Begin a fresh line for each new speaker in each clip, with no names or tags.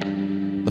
The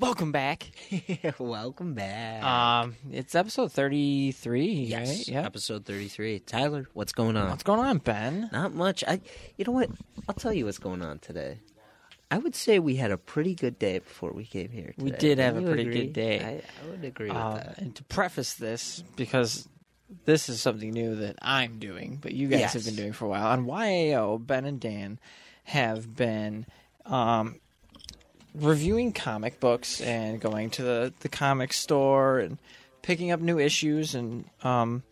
Welcome back.
Welcome back.
Um, it's episode 33,
yes,
right? Yeah.
episode 33. Tyler, what's going on?
What's going on, Ben?
Not much. I You know what? I'll tell you what's going on today. I would say we had a pretty good day before we came here.
We
today.
did have a
Wouldn't you
pretty
agree?
good day.
I, I would agree
Um,
with that.
and to preface this, because this is something new that I'm doing, but you guys
Yes.
have been doing for a while. On YAO, Ben and Dan have been um, reviewing comic books and going to the, the comic store and picking up new issues and um,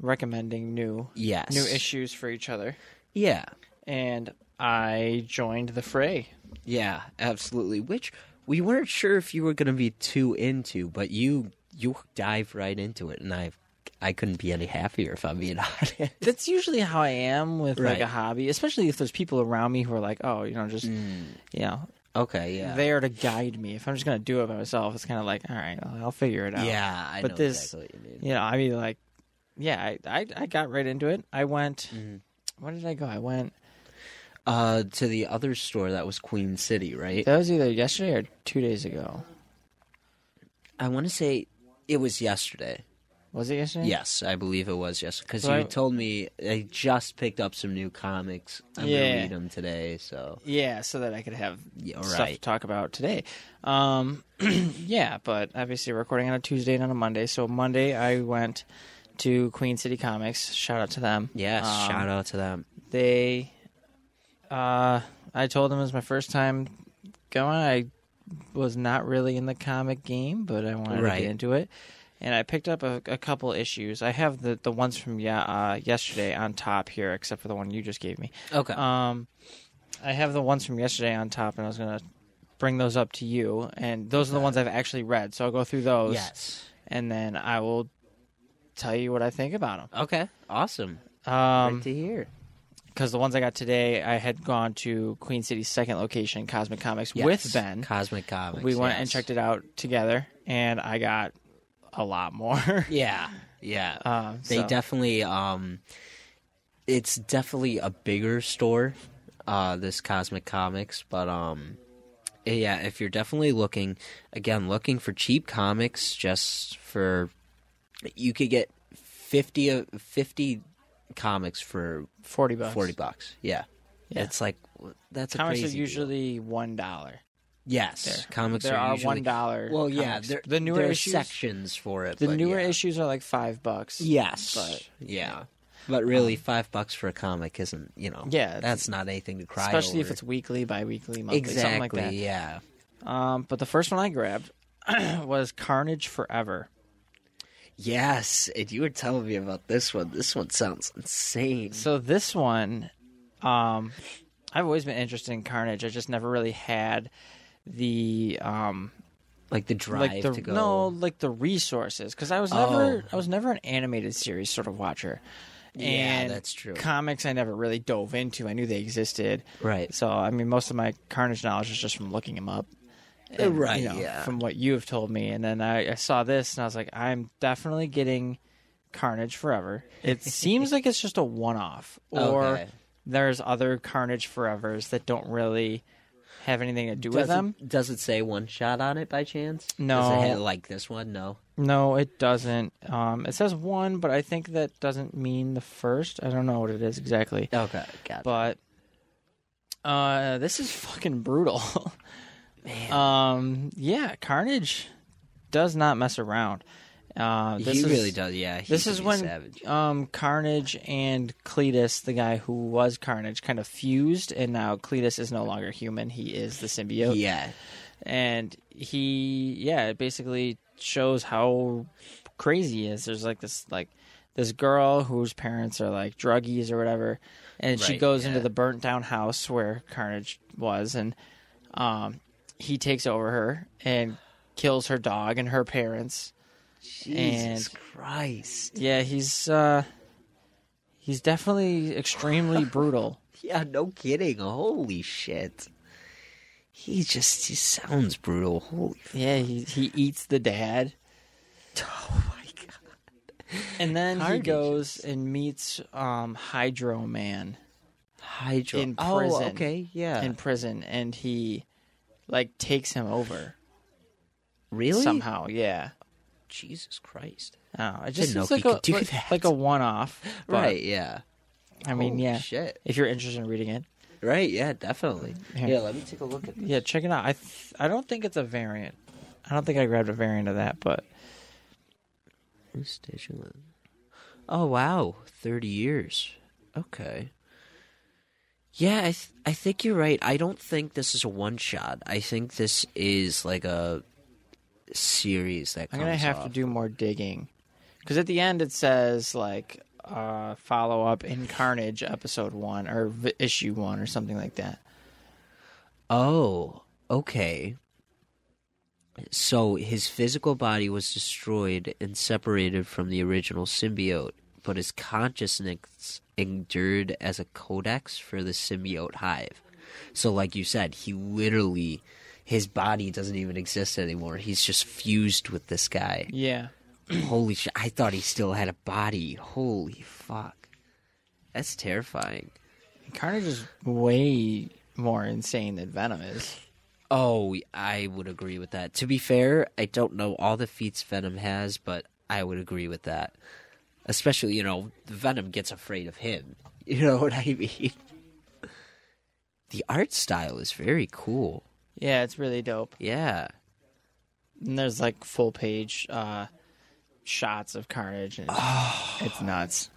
recommending new
Yes.
new issues for each other.
Yeah.
And I joined the fray.
Yeah, absolutely. Which we weren't sure if you were going to be too into, but you you dive right into it, and I I couldn't be any happier if I'm being honest.
That's usually how I am with like
Right.
a hobby, especially if there's people around me who are like, oh, you know, just you know,
Okay, Mm. yeah,
there to guide me. If I'm just gonna do it by myself, it's kind of like, all right, I'll, I'll figure it out.
yeah. I
but
know
this-
exactly what you mean.
you know, I mean, like, yeah, I I, I got right into it. I went.
Mm-hmm.
Where did I go? I went.
Uh, to the other store that was Queen City, right?
That was either yesterday or two days ago.
I want to say it was yesterday.
Was it yesterday?
Yes, I believe it was yesterday because
So
you
I-
told me I just picked up some new comics. I'm
Yeah.
gonna read them today, so
Yeah, so that I could have
Yeah,
stuff to
right.
talk about today. Um, yeah, but obviously recording on a Tuesday and on a Monday. So Monday I went to Queen City Comics. Shout out to them.
yes,
Um,
shout out to them.
They, uh, I told them it was my first time going. I was not really in the comic game, but I wanted to
Right.
get into it. And I picked up a, a couple issues. I have the, the ones from yeah, uh, yesterday on top here, except for the one you just gave me.
Okay,
Um, I have the ones from yesterday on top, and I was gonna bring those up to you. And those are the ones I've actually read, so I'll go through those,
yes,
and then I will tell you what I think about
okay, awesome.
them. Um,
Great to hear.
because the ones I got today, I had gone to Queen City's second location, Cosmic Comics, with
Yes,
Ben.
Cosmic Comics.
we went and
yes.
checked it out together, and I got a lot more.
Yeah, yeah.
Um,
they
so-
definitely. Um, it's definitely a bigger store. Uh, this Cosmic Comics, but um, yeah. If you're definitely looking, again, looking for cheap comics, just for you could get 50, of- 50 comics for
Forty bucks.
forty bucks. Yeah.
Yeah.
It's like w- that's a
Comics are
crazy deal.
usually one dollar.
yes comics
there are
usually-
one dollar.
Well, yeah,
comics.
there,
the newer
there are
issues.
sections for it.
the
but
newer
yeah.
issues are like five bucks.
Yes.
But- Um,
yeah. But really, five bucks for a comic isn't, you know,
Yeah, it's-
that's not anything to cry
especially if
over.
it's weekly, bi-weekly, monthly,
exactly,
something like that.
yeah.
Um, but the first one I grabbed was Carnage Forever.
Yes, and you were telling me about this one. This one sounds insane.
So this one, um, I've always been interested in Carnage. I just never really had the um,
Like the drive
like the
to go. Oh.
no, like the resources because I was never I was never an animated series sort of watcher.
Yeah,
and
that's true.
Comics I never really dove into. I knew they existed.
Right.
So I mean, most of my Carnage knowledge is just from looking him up.
Uh, right,
you know,
yeah.
From what you have told me, and then I, I saw this, and I was like, I'm definitely getting Carnage Forever. It seems like it's just a one-off, or
Okay.
there's other Carnage Forevers that don't really have anything to do with
does
them.
It, does it say one shot on it by chance?
No.
Does it have, like this one? No.
No, it doesn't. Um, it says one, but I think that doesn't mean the first. I don't know what it is exactly,
Okay, got it.
but uh, this is fucking brutal. Man. Um, yeah, Carnage does not mess around. Uh, this
he
is,
really does, yeah. he
This
can
is
be
when
savage.
um, Carnage and Cletus, the guy who was Carnage, kind of fused, and now Cletus is no longer human. He is the symbiote
Yeah.
and he yeah it basically shows how crazy he is there's like this like this girl whose parents are like druggies or whatever, and she
Right,
goes into
yeah.
the burnt down house where Carnage was, and um, he takes over her and kills her dog and her parents.
Jesus Christ.
Yeah, he's uh, he's definitely extremely brutal.
Yeah, no kidding. Holy shit. He just he sounds brutal. Holy f-
Yeah, he he eats the dad.
oh my god.
And then he
Carnage.
goes and meets um, Hydro Man
Hydro
In
Oh,
prison.
okay, yeah.
in prison, and he like takes him over
really?
somehow. Yeah,
Jesus Christ.
oh, it just
Didn't know
looks
he
like
could
a
do
like,
that.
like a one-off, but,
Right, yeah.
I mean,
Holy
yeah.
shit.
If you're interested in reading it,
Right, yeah, definitely.
Here.
Yeah, let me take a look at this.
yeah, check it out. I th- I don't think it's a variant. I don't think I grabbed a variant of that, but
Who's Stichulant? Oh wow, thirty years. Okay. Yeah, I th- I think you're right. I don't think this is a one shot. I think this is like a series that
I'm
comes
gonna have to
off.
do more digging because at the end it says like uh, follow up in Carnage episode one or v- issue one or something like that.
Oh, okay. So his physical body was destroyed and separated from the original symbiote, but his consciousness endured as a codex for the symbiote hive. So, like you said, he literally, his body doesn't even exist anymore. He's just fused with this guy.
Yeah.
Holy shit! I thought he still had a body. Holy fuck! That's terrifying.
Carnage is way more insane than Venom is.
Oh, I would agree with that. To be fair, I don't know all the feats Venom has, but I would agree with that. Especially, you know, Venom gets afraid of him. You know what I mean? The art style is very cool.
Yeah, it's really dope.
Yeah.
And there's like full page uh, shots of Carnage, and it's nuts.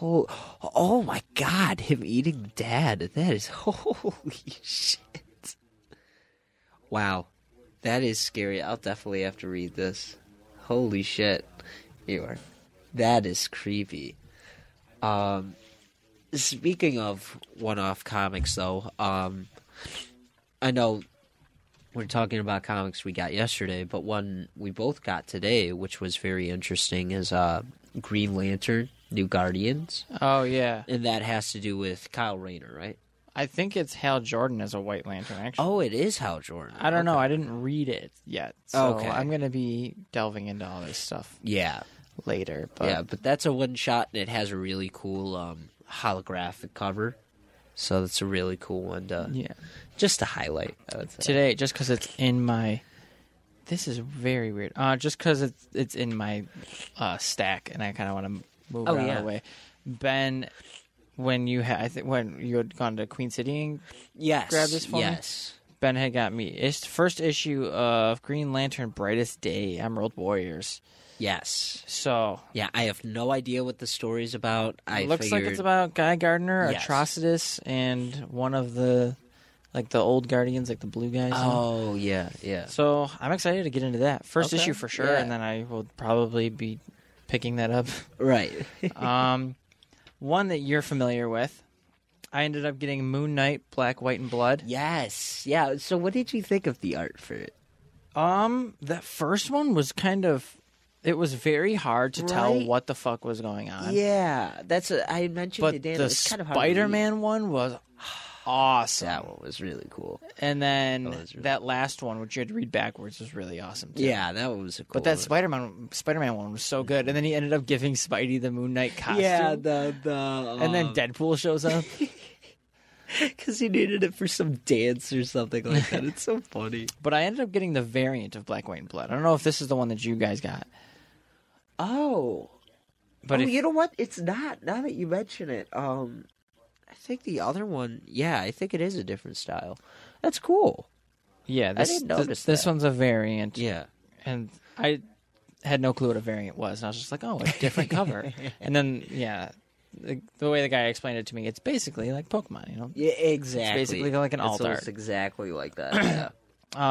Oh, oh my god, him eating dad. That is holy shit. Wow. That is scary. I'll definitely have to read this. Holy shit. You are. That is creepy. Um speaking of one-off comics though, um I know we're talking about comics we got yesterday, but one we both got today, which was very interesting, is uh, Green Lantern, New Guardians,
Oh yeah,
and that has to do with Kyle Rayner, right?
I think it's Hal Jordan as a White Lantern. Actually,
Oh, it is Hal Jordan.
I don't know. I didn't read it yet, so
Okay.
I'm gonna be delving into all this stuff
Yeah,
later. But
yeah, but that's a one shot, and it has a really cool um, holographic cover. So that's a really cool one to
yeah.
just to highlight. I would say.
today just because it's in my this is very weird uh just because it's it's in my uh stack and i kind of want to move
Oh,
it out of
yeah.
the way ben when you had i think when you had gone to queen city and
Yes,
Grab this for me?
yes.
ben had got me it's the first issue of green lantern brightest day emerald warriors
Yes,
so
yeah. I have no idea what the story's about. I
it looks like
figured-
it's about guy gardner
Yes.
atrocitus and one of the like the old guardians like the blue guys you know?
Oh yeah, yeah.
So I'm excited to get into that first
Okay,
issue for sure,
yeah.
and then I will probably be picking that up.
Right.
um, one that you're familiar with. I ended up getting Moon Knight, Black, White, and Blood.
Yes. Yeah. So what did you think of the art for it?
Um, that first one was kind of, it was very hard to tell
Right?
what the fuck was going on.
Yeah, that's a, I mentioned
but
to Dan.
the
it was kind of hard to read.
Spider-Man one was awesome,
That one was really cool.
and then
That was really-
that last one, which you had to read backwards, was really awesome. Too.
Yeah, that one was a cool.
But that Spider-Man Spider-Man one was so good, and then he ended up giving Spidey the Moon Knight costume.
yeah, the the um,
and then Deadpool shows up.
because he needed it for some dance or something like that. It's so funny.
but I ended up getting the variant of Black, White, and Blood. I don't know if this is the one that you guys got,
Oh,
but
oh,
if,
you know what? It's not. Now that you mention it, um, I think the other one. Yeah, I think it is a different style. That's cool.
yeah, this
didn't
th-
notice
this
that.
one's a variant,
Yeah.
and I had no clue what a variant was, and I was just like, oh, a different cover. And then yeah, the, the way the guy explained it to me, it's basically like Pokemon, you know.
Yeah, exactly.
basically like an
It's
alt
almost
art.
exactly like that. Yeah.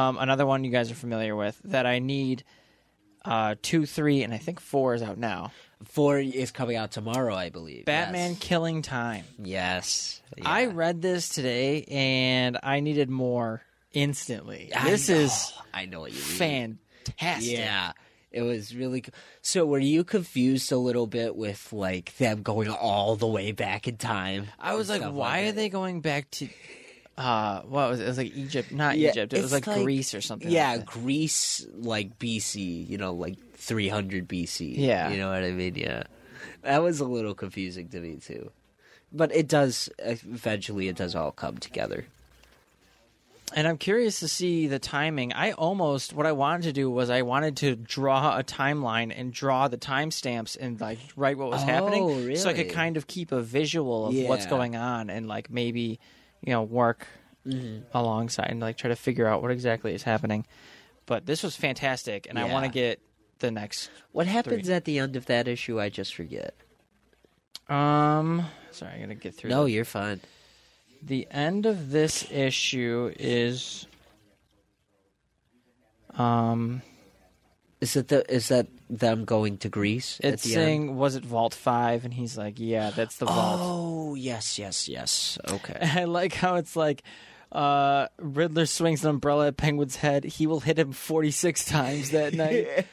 Um, another one you guys are familiar with that I need Uh, two, three, and I think four is out now.
Four is coming out tomorrow, I believe.
Batman Killing Time.
Yes. yes.
I
Yeah.
read this today and I needed more instantly.
I
This
know-
is
I know what you mean.
fantastic.
Yeah. It was really co- so. Were you confused a little bit with like them going all the way back in time?
I was
and
like,
stuff
why are
that?
they going back to uh what was it? It was like Egypt, not
Yeah,
Egypt. It was
it's
like,
like-
Greece or something. like
Yeah,
that.
Greece, like BC, you know, like 300 BC.
Yeah.
You know what I mean? Yeah. That was a little confusing to me, too. But it does, eventually, it does all come together.
And I'm curious to see the timing. I almost what I wanted to do was I wanted to draw a timeline and draw the timestamps and like write what was
Oh,
happening, so I
really?
could kind of keep a visual of what's
Yeah.
going on and like maybe you know work
Mm-hmm.
alongside and like try to figure out what exactly is happening. But this was fantastic, and I want to
Yeah.
get the next.
What happens at the end of that issue? I just forget.
Um, sorry, I gotta get through.
No,
the-
you're fine.
the end of this issue is um
Is it the is that them going to Greece? at
It's
the end?
saying, "Was it Vault 5? And he's like, "Yeah, that's the vault."
Oh yes, yes, yes. Okay.
I like how it's like, uh, Riddler swings an umbrella at Penguin's head. He will hit him forty six times that night.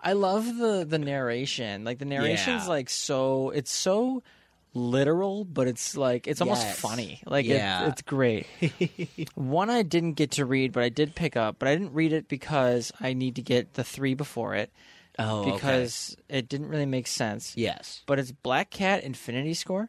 I love the the narration. Like the narration's
Yeah.
like so. It's so literal, but it's like it's almost
Yes.
funny. Like it-
Yeah.
it's great. One I didn't get to read, but I did pick up. But I didn't read it because I need to get the three before it.
Oh, okay.
because it didn't really make sense.
yes,
but it's Black Cat Infinity Score.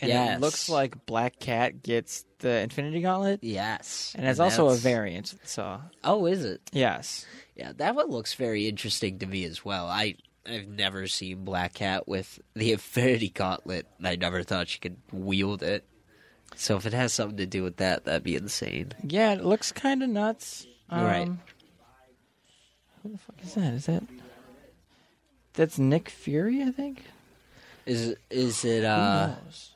And it
Yes.
looks like Black Cat gets the Infinity Gauntlet.
yes,
And it's also a
that's-
variant. So,
Oh, is it?
yes.
Yeah, that one looks very interesting to me as well. I I've never seen Black Cat with the Infinity Gauntlet. I never thought she could wield it. So if it has something to do with that, that'd be insane.
Yeah, it looks kind of nuts. Um,
Right.
Who the fuck is that? Is that. That's Nick Fury, I think?
Is is it
Who
uh
knows?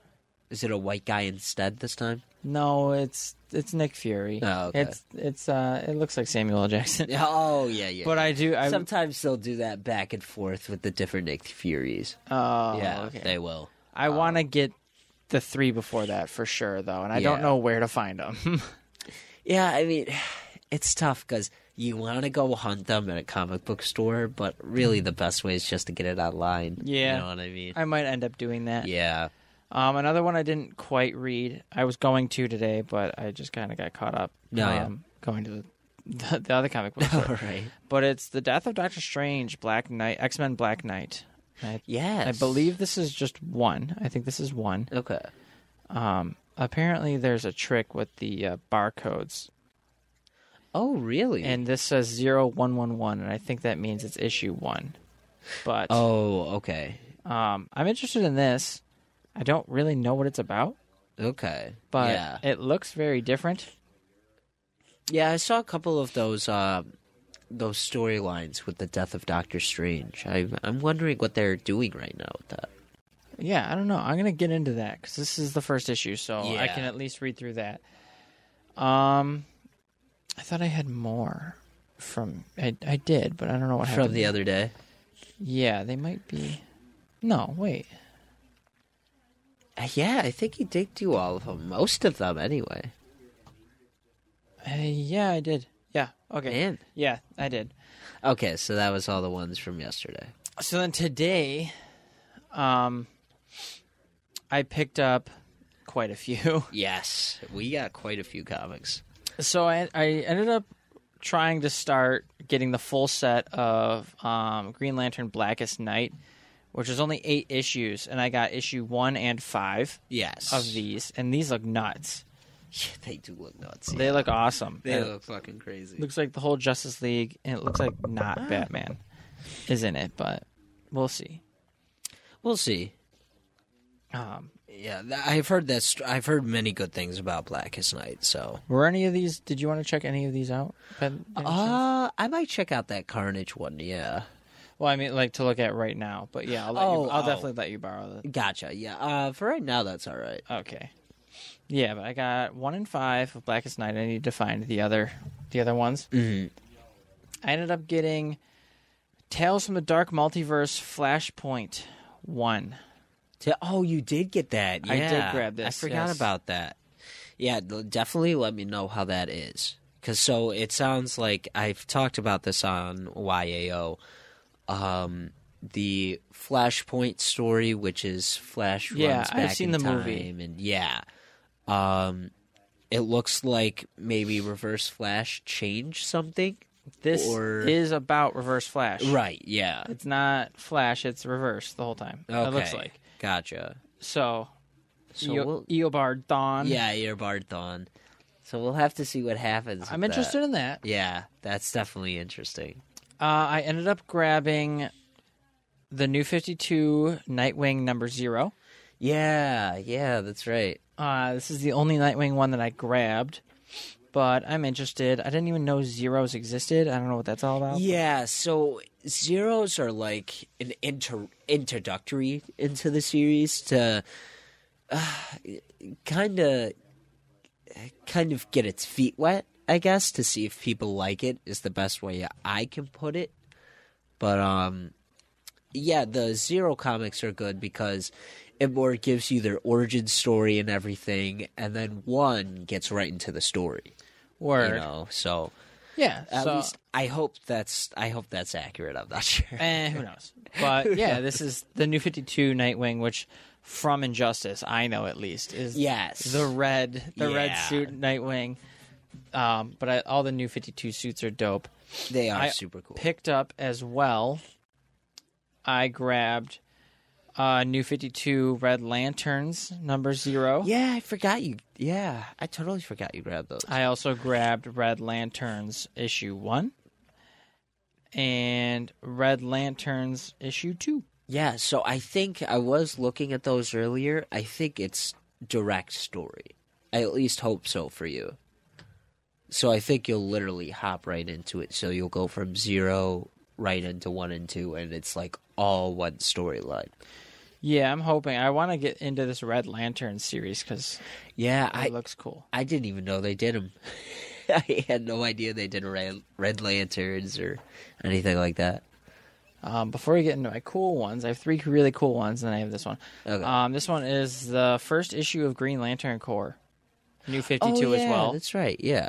is it a white guy instead this time?
No, it's it's Nick Fury.
Oh, okay.
It's it's uh it looks like Samuel L. Jackson.
Oh yeah, yeah.
But I do I
sometimes they'll do that back and forth with the different Nick Furies.
oh,
yeah,
okay.
they will.
I want to get the three before that for sure, though, and I don't
Yeah.
know where to find them.
Yeah, I mean, it's tough because you want to go hunt them at a comic book store, but really the best way is just to get it online.
Mm. Yeah.
you know what I mean.
I might end up doing that.
Yeah,
Um, another one I didn't quite read. I was going to today, but I just kind of got caught up.
No, Oh, yeah.
um, going to the, the the other comic book.
all
store.
right.
But it's the death of Doctor Strange, Black Knight, X Men, Black Knight. I,
Yes,
I believe this is just one. I think this is one.
Okay.
Um, apparently there's a trick with the uh, barcodes,
Oh, really?
and this says zero one one one, and I think that means it's issue one. But
oh, okay,
Um, I'm interested in this. I don't really know what it's about,
okay.
but
yeah,
it looks very different.
yeah. I saw a couple of those uh, those storylines with the death of Doctor Strange. I, I'm wondering what they're doing right now with that.
Yeah, I don't know. I'm gonna get into that because this is the first issue, so I
Yeah.
can at least read through that. Um, I thought I had more from I, I did, but I don't know what
From
happened.
the other day,
yeah, they might be. No, wait.
Uh, yeah, I think he did do all of them, most of them anyway.
Uh, yeah, I did. Yeah. Okay.
Man.
Yeah, I did.
Okay, so that was all the ones from yesterday.
So then today, um, I picked up quite a few.
Yes, we got quite a few comics.
So I I ended up trying to start getting the full set of um, Green Lantern Blackest Night, which is only eight issues, and I got issue one and five
Yes,
of these, and these look nuts.
Yeah, they do look nuts.
They look awesome.
They
And
look fucking crazy.
it looks like the whole Justice League, and it looks like not
Ah.
Batman is in it, but we'll see.
We'll see.
Um,
Yeah, th- I've heard that. St- I've heard many good things about Blackest Night. So,
were any of these? Did you want to check any of these out? Ben- Ben-
uh, I might check out that Carnage one. Yeah,
well, I mean, like to look at right now, but yeah, I'll, let you,
Oh,
I'll
oh.
definitely let you borrow the
gotcha. Yeah, uh, for right now, that's all right.
Okay. Yeah, but I got one in five of
Mm-hmm.
Blackest Night. I need to find the other, the other ones.
Mhm.
I ended up getting Tales from the Dark Multiverse Flashpoint 1.
T- Oh, you did get that.
I did
yeah.
grab this,
I forgot
yes.
about that. Yeah, d- definitely let me know how that is. Cause so it sounds like I've talked about this on YAO. Um, the Flashpoint story, which is Flash
Yeah,
runs
I've
back
seen
in
the
time,
movie.
and yeah, um, it looks like maybe Reverse Flash changed something.
This
Or-
is about Reverse Flash.
Right? Yeah.
It's not Flash, it's Reverse the whole time.
Okay.
It looks like.
Gotcha.
So,
So
Eo-
we'll,
Eobard Dawn.
Yeah, earbard thon. So we'll have to see what happens.
I'm
with that.
interested in that.
Yeah, that's definitely interesting.
Uh, I ended up grabbing the new 52 Nightwing number zero.
Yeah, yeah, that's right.
Uh, this is the only Nightwing one that I grabbed, but I'm interested. I didn't even know zeros existed. I don't know what that's all about.
Yeah, so zeros are like an inter- introductory into the series to uh, kind of kind of get its feet wet, I guess, to see if people like it is the best way I can put it. But um yeah, the Zero comics are good because it more gives you their origin story and everything, and then one gets right into the story.
Word.
You know, so
Yeah.
at
so,
least I hope that's I hope that's accurate. I'm not sure.
eh, who knows? But yeah, this is the new 52 Nightwing, which from Injustice, I know at least, is
Yes.
the red, the red
Yeah.
suit Nightwing. Um, but I, all the new 52 suits are dope.
they are
I
super cool.
Picked up as well. I grabbed uh, New 52 Red Lanterns number zero.
yeah, I forgot you. Yeah, I totally forgot you grabbed those.
I also grabbed Red Lanterns issue one and Red Lanterns issue two.
yeah, so I think I was looking at those earlier. I think it's direct story. I at least hope so for you. So I think you'll literally hop right into it. So you'll go from zero right into one and two, and it's like all one storyline.
Yeah, I'm hoping. I want to get into this Red Lantern series because
Yeah,
it
I
looks cool.
I didn't even know they did them. I had no idea they did Red, Red Lanterns or anything like that.
Um, before we get into my cool ones, I have three really cool ones, and then I have this one.
Okay.
Um, this one is the first issue of Green Lantern Corps, New 52 as well.
Oh, That's right. Yeah.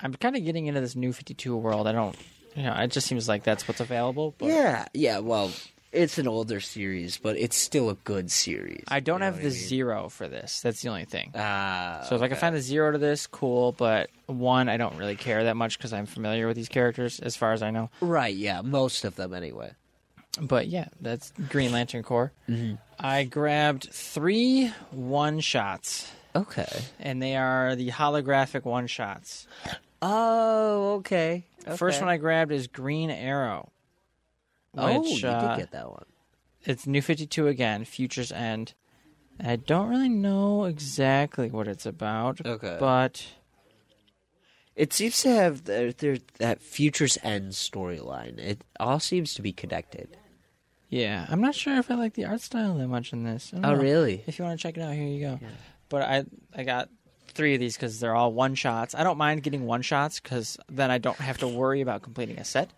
I'm kind of getting into this New 52 world. I don't, you know, it just seems like that's what's available. But
Yeah. Yeah. Well, it's an older series, but it's still a good series.
I don't have the zero for this. That's the only thing.
Ah.
So if I can find the zero to this, cool. But one, I don't really care that much because I'm familiar with these characters as far as I know.
right. Yeah. Most of them, anyway.
But yeah, that's Green Lantern Corps.
Mm-hmm.
I grabbed three one shots,
Okay.
and they are the holographic one shots.
Oh. Okay.
First
okay.
one I grabbed is Green Arrow.
Oh,
which,
you
uh,
did get that one.
it's New 52 again, Futures End. I don't really know exactly what it's about.
Okay.
But
It seems to have their, their, that Futures End storyline. It all seems to be connected.
yeah, I'm not sure if I like the art style that much in this. I don't
Oh,
know.
really?
If you want to check it out, here you go. But I I got three of these because they're all one shots. I don't mind getting one shots because then I don't have to worry about completing a set.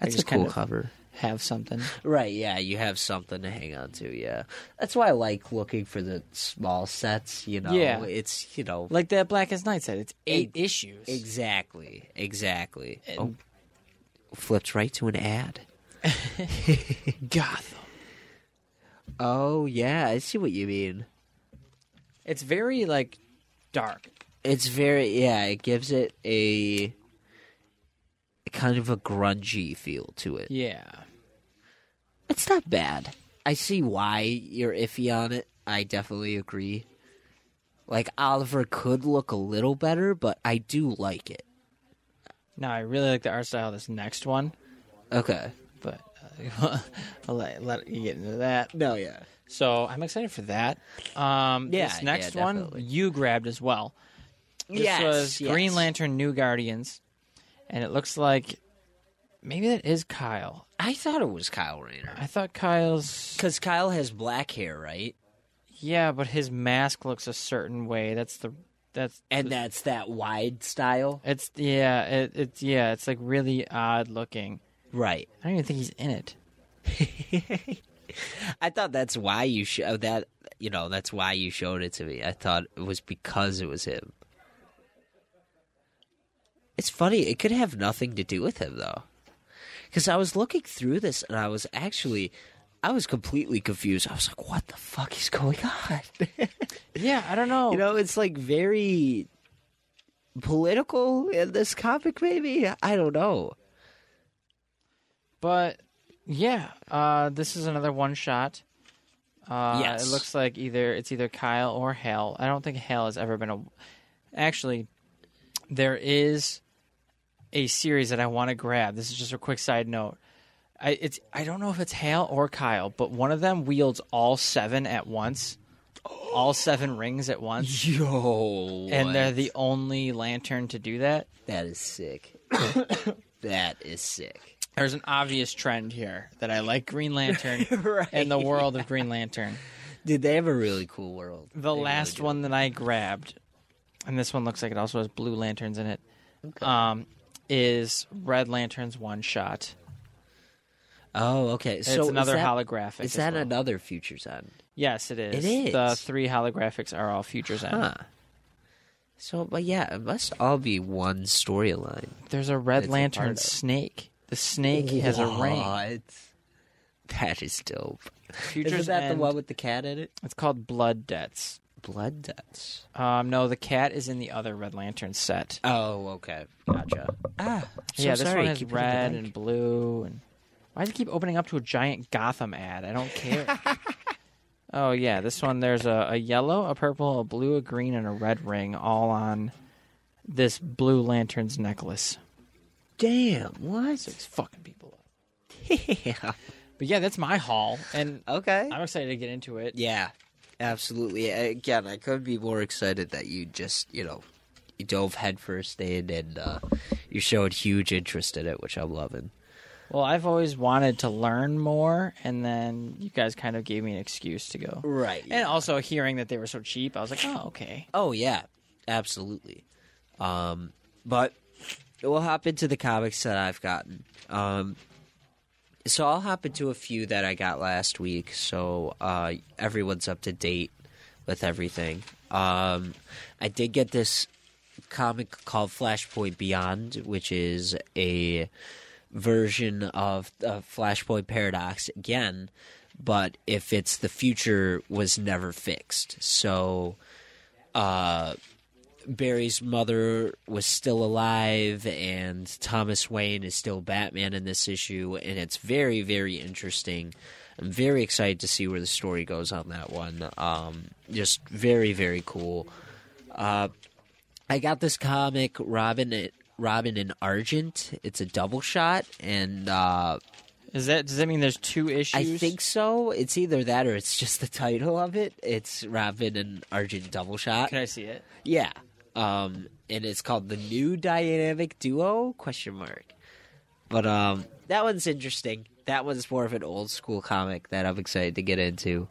I
That's a
just
cool
kind of
cover.
have something.
Right, yeah, you have something to hang on to, yeah. That's why I like looking for the small sets, you know.
Yeah.
It's, you know,
Like that Blackest Night set. It's eight issues.
exactly, exactly. oh, flips right to an ad.
Gotham.
Oh, yeah, I see what you mean.
It's very like dark.
It's very, yeah, it gives it a kind of a grungy feel to it.
Yeah.
It's not bad. I see why you're iffy on it. I definitely agree. Like Oliver could look a little better, but I do like it.
Now I really like the art style of this next one,
Okay.
but uh, I'll let, let you get into that.
No, yeah.
So I'm excited for that. Um,
Yeah,
this
yeah,
next one
definitely.
you grabbed as well. This
Yes,
was Green
yes.
Lantern New Guardians, and it looks like maybe that is Kyle.
I thought it was Kyle Rayner.
I thought Kyle's
Because Kyle has black hair, right?
yeah, but his mask looks a certain way. That's the that's
And that's that wide style.
it's yeah it, it's yeah it's like really odd looking.
Right.
I don't even think he's in it.
I thought that's why you showed that. You know, that's why you showed it to me. I thought it was because it was him. It's funny. It could have nothing to do with him though, because I was looking through this and I was actually, I was completely confused. I was like, "What the fuck is going on?"
Yeah, I don't know.
you know, it's like very political in this comic. Maybe I don't know.
but yeah, uh, this is another one shot. Uh,
Yes.
It looks like either it's either Kyle or Hal. I don't think Hal has ever been a. Actually, there is a series that I want to grab. This is just a quick side note. I it's I don't know if it's Hal or Kyle, but one of them wields all seven at once, all seven rings at once,
Yo,
and they're the only lantern to do that.
That is sick. that is sick.
There's an obvious trend here that I like Green Lantern and the world of Green Lantern.
Dude, they have a really cool world.
The last one that I grabbed, and this one looks like it also has blue lanterns in it, um, is Red Lantern's one shot.
Oh, okay. So
it's
is
another
that-
holographic.
Is
as
that
well.
another Futures on?
Yes, it is.
It
The
is.
three holographics are all futures end.
Huh. So, but yeah, it must all be one storyline.
There's a Red
It's a part
Lantern
of-
snake. The snake has a ring.
What? That is dope.
Futures
Isn't that
end.
the one with the cat in it?
It's called Blood Debts.
Blood Debts.
Um, no, the cat is in the other Red Lantern set.
Oh, okay. Gotcha. Ah, so
yeah, this
sorry.
one has
Keep hitting the
red
mic.
and blue. And why do you keep opening up to a giant Gotham ad? I don't care. oh yeah, this one there's a, a yellow, a purple, a blue, a green, and a red ring, all on this Blue Lantern's necklace.
Damn, what?
It's fucking people up.
Yeah.
But yeah, that's my haul, and
Okay.
I'm excited to get into it.
Yeah, absolutely. Again, I couldn't be more excited that you just, you know, you dove headfirst in and uh, you showed huge interest in it, which I'm loving.
Well, I've always wanted to learn more, and then you guys kind of gave me an excuse to go.
Right.
And also hearing that they were so cheap, I was like, oh okay.
oh, yeah, absolutely. Um, but we'll hop into the comics that I've gotten. Um, so I'll hop into a few that I got last week, so uh, everyone's up to date with everything. Um, I did get this comic called Flashpoint Beyond, which is a version of uh, Flashpoint Paradox again, but if it's the future was never fixed, so. Uh, Barry's mother was still alive, and Thomas Wayne is still Batman in this issue, and it's very, very interesting. I'm very excited to see where the story goes on that one. Um, just very, very cool. Uh, I got this comic, Robin, Robin and Argent. It's a double shot, and uh,
Is that does that mean there's two issues?
I think so. It's either that or it's just the title of it. It's Robin and Argent double shot.
Can I see it?
Yeah. Um, and it's called the New Dynamic Duo? Question mark. But um, that one's interesting. That one's more of an old school comic that I'm excited to get into.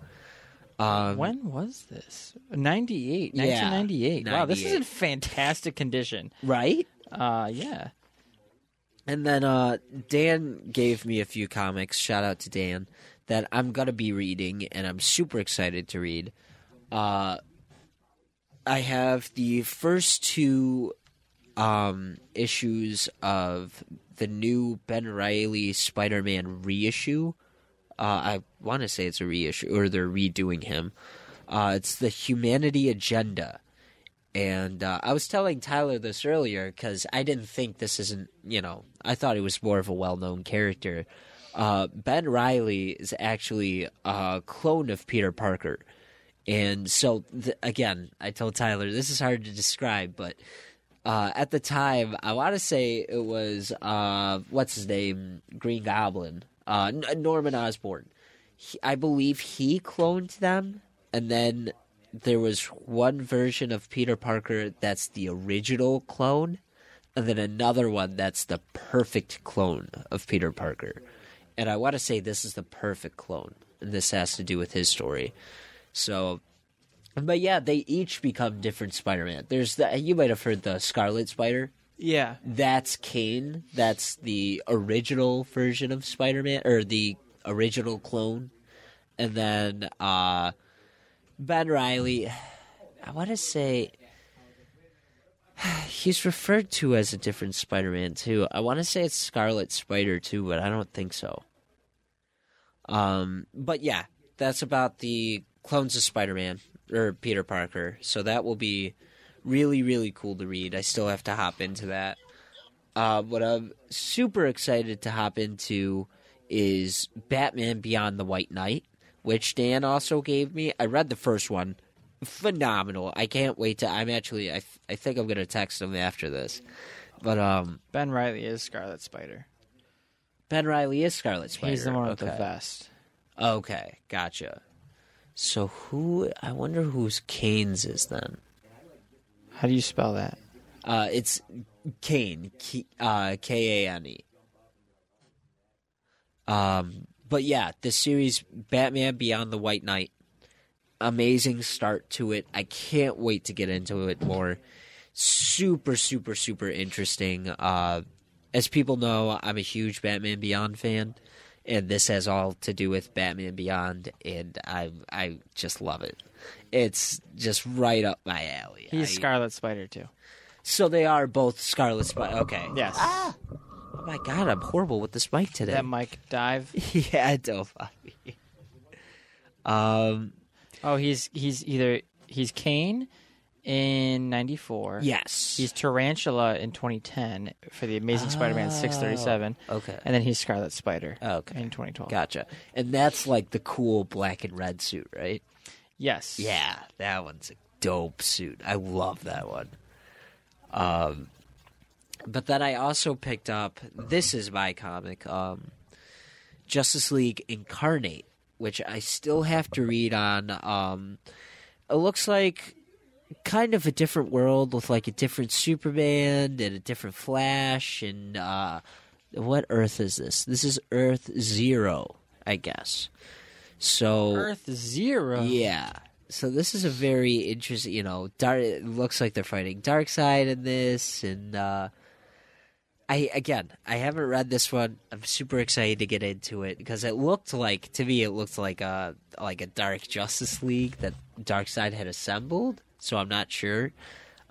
Um,
When was this? 98,
Yeah,
1998. Wow, this is in
98.
fantastic condition.
right?
Uh, yeah.
And then uh, Dan gave me a few comics. Shout out to Dan that I'm gonna be reading, and I'm super excited to read. Uh, I have the first two um, issues of the new Ben Reilly Spider-Man reissue. Uh, I want to say it's a reissue, or they're redoing him. Uh, it's the Humanity Agenda. And uh, I was telling Tyler this earlier because I didn't think this isn't, you know, I thought he was more of a well known character. Uh, ben Riley is actually a clone of Peter Parker. And so, th- again, I told Tyler this is hard to describe, but uh, at the time, I want to say it was, uh, what's his name? Green Goblin, uh, N- Norman Osborn he- I believe he cloned them, and then there was one version of Peter Parker that's the original clone, and then another one that's the perfect clone of Peter Parker. And I want to say this is the perfect clone, and this has to do with his story. So, but yeah, they each become different Spider-Man. There's the you might have heard the Scarlet Spider.
Yeah.
that's Kane. That's the original version of Spider-Man or the original clone. And then uh Ben Riley I want to say he's referred to as a different Spider-Man too. I want to say it's Scarlet Spider too, but I don't think so. Um but yeah, that's about the clones of Spider-Man or Peter Parker. So that will be really really cool to read. I still have to hop into that. Uh, what I'm super excited to hop into is Batman Beyond the White Knight, which Dan also gave me. I read the first one, phenomenal. I can't wait to. I'm actually. I th- I think I'm gonna text him after this. But um,
Ben Riley is Scarlet Spider.
Ben Riley is Scarlet Spider.
He's the one with the
Okay.
vest.
Okay, gotcha. So who? I wonder who's Kane's is then.
How do you spell that?
Uh, it's Kane, K A N E. Um, but yeah, the series Batman Beyond the White Knight, amazing start to it. I can't wait to get into it more. Super, super, super interesting. Uh, as people know, I'm a huge Batman Beyond fan, and this has all to do with Batman Beyond, and I I just love it. It's just right up my alley.
He's
I-
Scarlet Spider too.
so they are both Scarlet Spider. Okay.
Yes.
Oh my god, I'm horrible with this mic today.
That mic dive.
yeah, don't fuck me. Um.
Oh, he's he's either he's Kane in '94.
Yes.
He's Tarantula in 2010 for the Amazing Spider-Man 637.
Oh, okay.
And then he's Scarlet Spider.
Okay.
In 2012.
gotcha. And that's like the cool black and red suit, right?
Yes.
Yeah, that one's a dope suit. I love that one. Um, but then I also picked up this is my comic, um, Justice League Incarnate, which I still have to read on. Um, it looks like kind of a different world with like a different Superman and a different Flash and uh, what Earth is this? This is Earth Zero, I guess. So
Earth Zero.
yeah. So this is a very interesting, you know, dark it looks like they're fighting Dark Side in this and uh I again, I haven't read this one. I'm super excited to get into it because it looked like to me it looked like a like a Dark Justice League that Dark Side had assembled, so I'm not sure.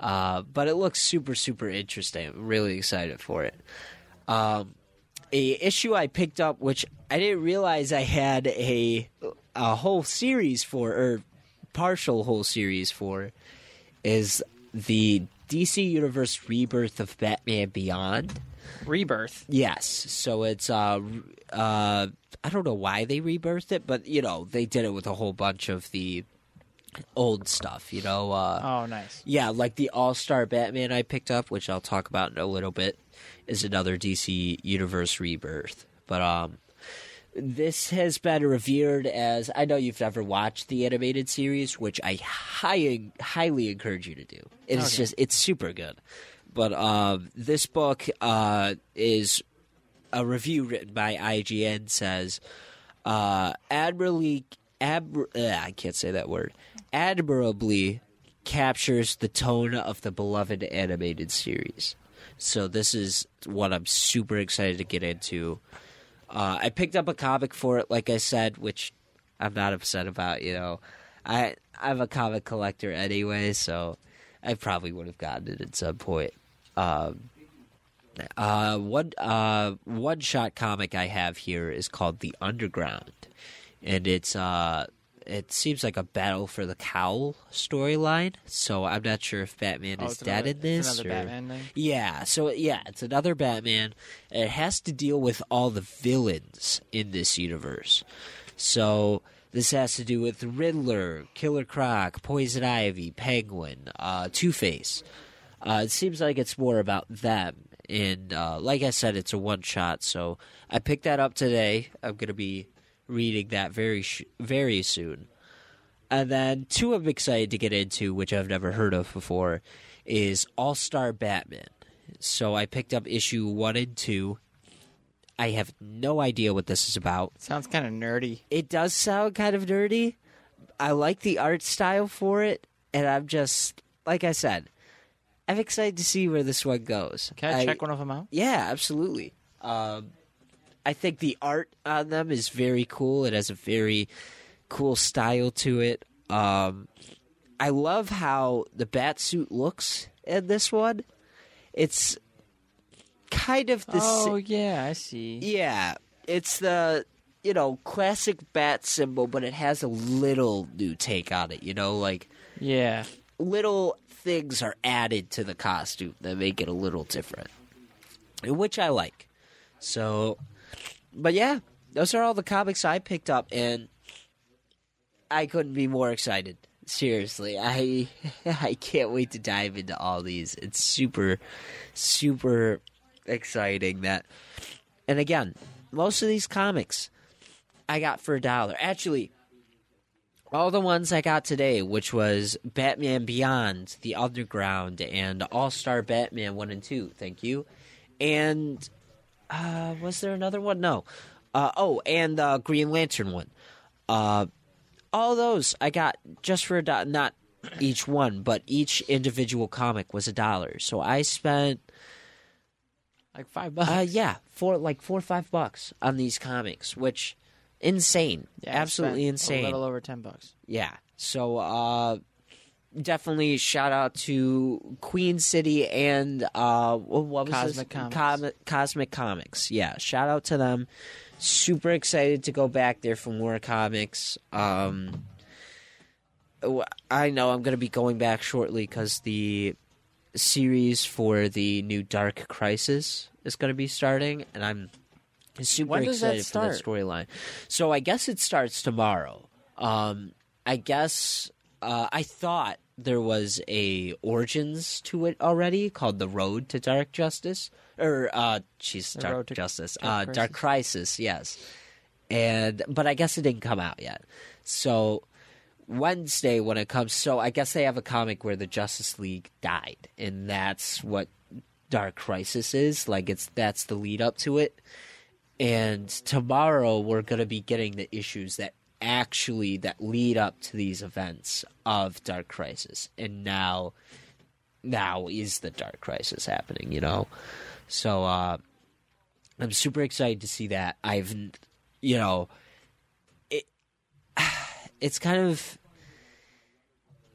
Uh, but it looks super super interesting. I'm really excited for it a issue I picked up, which I didn't realize I had a a whole series for, or partial whole series for, is the DC Universe Rebirth of Batman Beyond.
Rebirth.
Yes, so it's uh, uh, I don't know why they rebirthed it, but you know they did it with a whole bunch of the old stuff. You know, uh,
Oh, nice.
yeah, like the All Star Batman I picked up, which I'll talk about in a little bit, is another DC Universe rebirth. But um, this has been revered as I know you've never watched the animated series, which I high, highly encourage you to do. It's just it's super good. But um, this book uh, is a review written by IGN says uh, admirably admir- ugh, I can't say that word admirably captures the tone of the beloved animated series. So this is what I'm super excited to get into. Uh, I picked up a comic for it, like I said, which I'm not upset about. You know, I I'm a comic collector anyway, so I probably would have gotten it at some point. Um, Uh, one uh, one shot comic I have here is called The Underground, and it's uh, it seems like a battle for the cowl storyline. So I'm not sure if Batman
Oh,
is
it's
dead
another-
in this.
it's another
or-
Batman thing?
Yeah, so yeah, it's another Batman. and It has to deal with all the villains in this universe. So this has to do with Riddler, Killer Croc, Poison Ivy, Penguin, uh, Two Face. Uh, it seems like it's more about them. And uh, like I said, it's a one shot. So I picked that up today. I'm going to be reading that very sh- very soon. And Uh, then two I'm excited to get into, which I've never heard of before, is All Star Batman. So I picked up issue one and two. I have no idea what this is about.
Sounds kind of nerdy.
It does sound kind of nerdy. I like the art style for it, and I'm just like I said, I'm excited to see where this one goes.
Can I, check one of them out?
Yeah, absolutely. Um, I think the art on them is very cool. It has a very cool style to it. Um, I love how the bat suit looks in this one. It's kind of the sa-
oh yeah, I see.
yeah, it's the you know classic bat symbol, but it has a little new take on it. You know, like
Yeah.
little things are added to the costume that make it a little different, which I like. So, but yeah, those are all the comics I picked up, and I couldn't be more excited. Seriously, I I can't wait to dive into all these. It's super, super exciting that. And again, most of these comics I got for a dollar. Actually, all the ones I got today, which was Batman Beyond, The Underground, and All Star Batman 1 and 2. Thank you. And uh, was there another one? No. Uh, oh, and uh, Green Lantern one. Uh, all those I got just for a dollar. Not each one, but each individual comic was a dollar. So I spent
Like five bucks.
uh, yeah, four like four or five bucks on these comics, which insane,
Yeah, I
absolutely
spent
insane.
A little over ten bucks.
Yeah. So uh definitely shout out to Queen City and uh wh- what was
Cosmic
this?
Comics.
Com- Cosmic Comics. Yeah, shout out to them. Super excited to go back there for more comics. Um w- I know I'm going to be going back shortly cuz the series for the new Dark Crisis is going to be starting and I'm super
When does that
excited for that
start?
storyline. So I guess it starts tomorrow. Um, I guess uh, I thought there was a origins to it already called the Road to Dark Justice or uh, she's Dark
Road to
Justice,
Dark
uh, Dark Crisis, yes. And but I guess it didn't come out yet. So Wednesday when it comes, so I guess they have a comic where the Justice League died, and that's what Dark Crisis is. Like it's that's the lead up to it. And tomorrow we're going to be getting the issues that actually that lead up to these events of Dark Crisis. And now now is the Dark Crisis happening, you know. So uh I'm super excited to see that. I've you know it it's kind of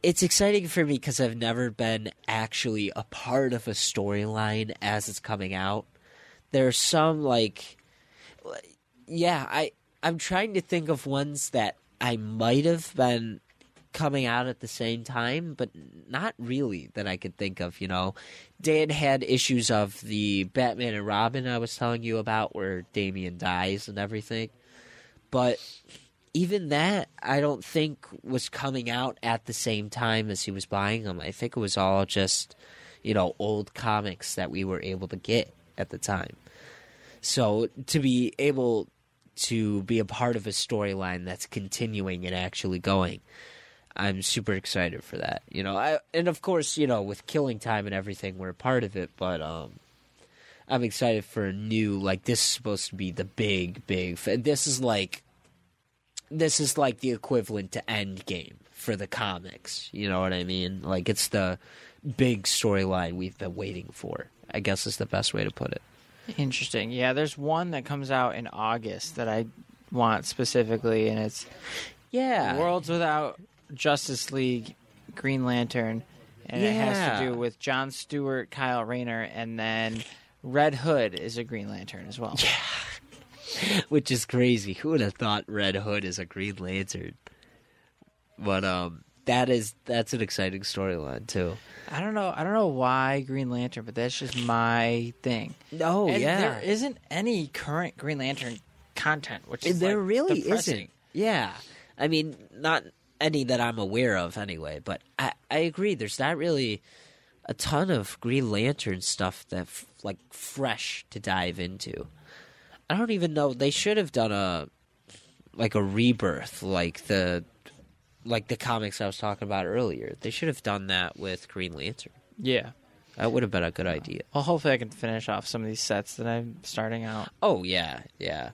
it's exciting for me because I've never been actually a part of a storyline as it's coming out. There's some like yeah, I I'm trying to think of ones that I might have been coming out at the same time, but not really that I could think of. You know, Dan had issues of the Batman and Robin I was telling you about, where Damian dies and everything, but even that I don't think was coming out at the same time as he was buying them. I think it was all just you know old comics that we were able to get at the time. So to be able to be a part of a storyline that's continuing and actually going, I'm super excited for that. You know, I and of course, you know, with Killing Time and everything, we're a part of it, but um I'm excited for a new like this is supposed to be the big big f- this is like this is like the equivalent to Endgame for the comics. You know what I mean? Like it's the big storyline we've been waiting for. I guess is the best way to put it.
Interesting. Yeah, there's one that comes out in August that I want specifically, and it's
Yeah.
Worlds Without Justice League, Green Lantern, and it has to
Yeah.
do with John Stewart, Kyle Rayner, and then Red Hood is a Green Lantern as well.
which is crazy. Who would have thought Red Hood is a Green Lantern? But um, that is that's an exciting storyline too.
I don't know. I don't know why Green Lantern, but that's just my thing.
No,
and
yeah,
there isn't any current Green Lantern content, which is
there
like,
really
depressing.
isn't. Yeah, I mean, not any that I'm aware of, anyway. But I I agree. There's not really a ton of Green Lantern stuff that f- like fresh to dive into. I don't even know. They should have done a like a rebirth, like the like the comics I was talking about earlier. They should have done that with Green Lantern.
Yeah.
That would have been a good idea.
Well, hopefully I can finish off some of these sets that I'm starting out.
Oh yeah, yeah.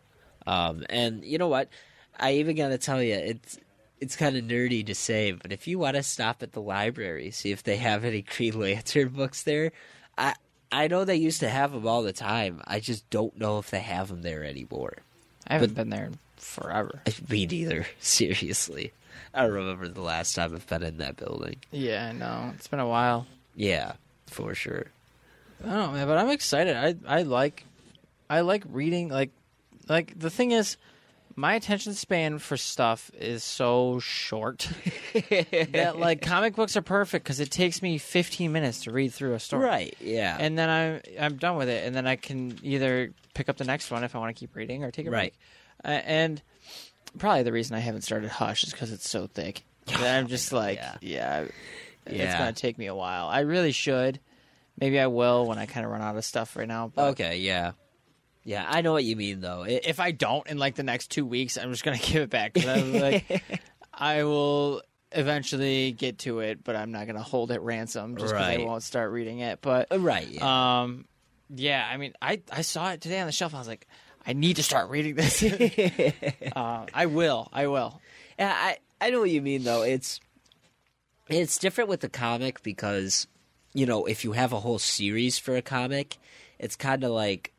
Um, and you know what? I even gotta tell you, it's it's kind of nerdy to say, but if you want to stop at the library, see if they have any Green Lantern books there. I I know they used to have them all the time. I just don't know if they have them there anymore.
I haven't been there in forever.
Me neither. Seriously, I don't remember the last time I've been in that building.
Yeah, I know. It's been a while.
Yeah, for sure.
Oh man, but I'm excited. I I like I like reading like like the thing is my attention span for stuff is so short that like comic books are perfect because it takes me 15 minutes to read through a story.
Right. Yeah.
And then I'm I'm done with it, and then I can either pick up the next one if I want to keep reading or take a
Right.
break. Uh, and probably the reason I haven't started Hush is because it's so thick. That I'm just like,
Yeah.
Oh, yeah, it's
Yeah.
gonna take me a while. I really should. Maybe I will when I kind of run out of stuff right now. But
okay. Yeah. Yeah, I know what you mean though. It,
if I don't in like the next two weeks, I'm just gonna give it back. 'cause I, was like, I will eventually get to it, but I'm not gonna hold it ransom just because I
Right.
won't start reading it. But
right. Yeah.
um, yeah, I mean, I I saw it today on the shelf. I was like, I need to start reading this. uh, I will. I will.
Yeah, I I know what you mean though. It's it's different with the comic because you know if you have a whole series for a comic, it's kind of like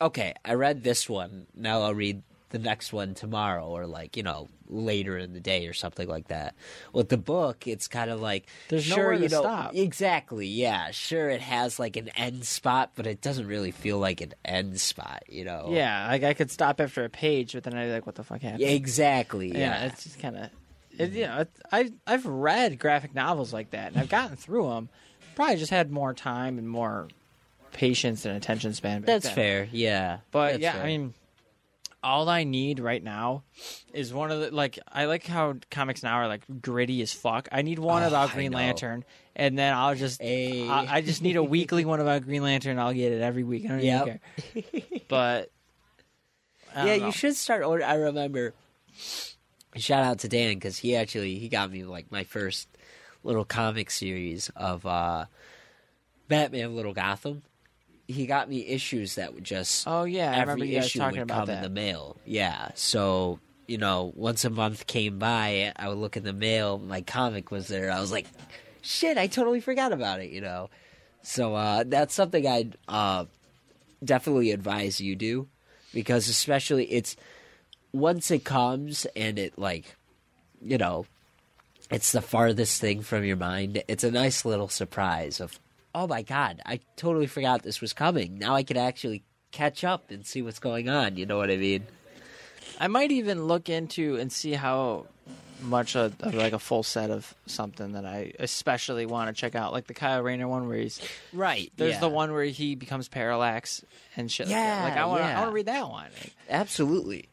okay, I read this one, now I'll read the next one tomorrow or like you know later in the day or something like that. With the book, it's kind of like
There's
sure
nowhere
you
to
know
stop.
exactly yeah sure it has like an end spot, but it doesn't really feel like an end spot, you know
Oh. Yeah, like I could stop after a page, but then I'd be like, what the fuck happened?
Yeah, exactly yeah,
yeah, it's just kind of, it, you know, it, I I've read graphic novels like that, and I've gotten through them. Probably just had more time and more patience and attention span. back
that's
then.
fair yeah
But
That's
yeah,
fair.
I mean, all I need right now is one of the like. I like how comics now are like gritty as fuck. I need one
Oh,
about
I
Green
know.
Lantern, and then I'll just.
Hey.
I, I just need a weekly one about Green Lantern. I'll get it every week. I don't
Yep.
even care. But I don't
yeah,
know.
you should start order. I remember. Shout out to Dan because he actually he got me like my first little comic series of uh Batman Little Gotham. He got me issues that would just
Oh yeah, I remember
every
you guys
issue
talking
would
about
come
that.
in the mail. Yeah, so you know once a month came by, I would look in the mail. My comic was there. I was like, shit, I totally forgot about it. You know, so uh that's something I'd uh definitely advise you do because especially it's once it comes and it like you know it's the farthest thing from your mind it's a nice little surprise of oh my god i totally forgot this was coming now i can actually catch up and see what's going on you know what i mean
I might even look into and see how much a, of like a full set of something that I especially want to check out, like the Kyle Rayner one where he's
right
there's the one where he becomes parallax and shit. like, that. like
Yeah,
I want to I
yeah.
want to read that one.
absolutely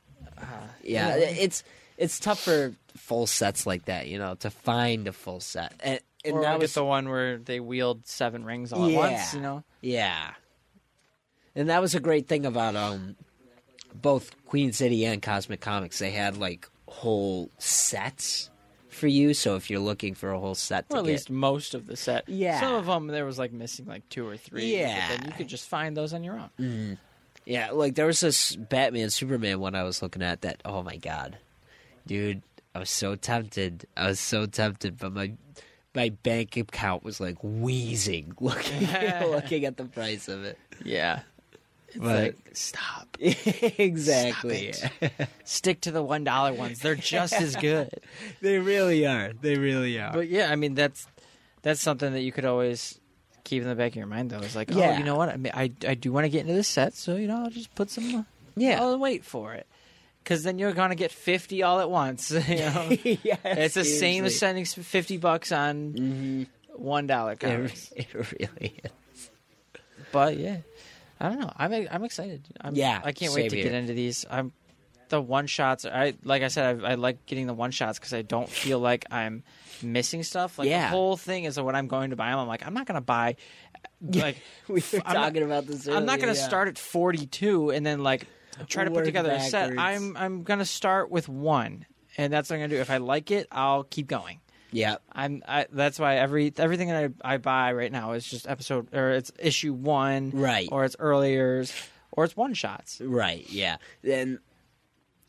yeah
you know.
it's it's tough for full sets like that you know to find a full set and, and
or
that
like
was
it's the one where they wield seven rings all
Yeah.
at once. You know,
Yeah. And that was a great thing about um both Queen City and Cosmic Comics. They had like whole sets for you, so if you're looking for a whole set to
or at
get-
least most of the set.
Yeah.
some of them there was like missing like two or three. but
Yeah.
then you could just find those on your own.
Yeah, like there was this Batman Superman one I was looking at that oh my god. Dude, I was so tempted. I was so tempted, but my my bank account was like wheezing looking looking at the price of it.
Yeah, it's
But-
like stop.
exactly.
Stop Stick to the one dollar ones. They're just as good.
They really are. They really are.
But yeah, I mean that's that's something that you could always keep in the back of your mind though. It's like, oh,
Yeah.
you know what? I mean, I I do want to get into this set, so you know, I'll just put some.
Yeah.
I'll wait for it because then you're gonna get fifty all at once. You know?
yes,
it's the same as
seriously. Mm-hmm.
spending s- fifty bucks on one dollar comics.
It, it really is.
But yeah, I don't know. I'm I'm excited. I'm,
Yeah,
I can't wait
same
to get
here.
into these. I'm the one shots. I like I said. I, I like getting the one shots because I don't feel like I'm missing stuff. Like
Yeah.
the whole thing is when I'm going to buy them. I'm like I'm not gonna buy. Like
We were
I'm not-
talking about this.
I'm not
earlier,
gonna
yeah.
start at 42 and then like try to put
Work
together a set.
backwards.
I'm I'm gonna start with one, and that's what I'm gonna do. If I like it, I'll keep going.
Yeah,
I'm I, that's why every everything that I, I buy right now is just episode or it's issue one,
Right.
Or it's earlier, or it's one shots.
right. Yeah. Then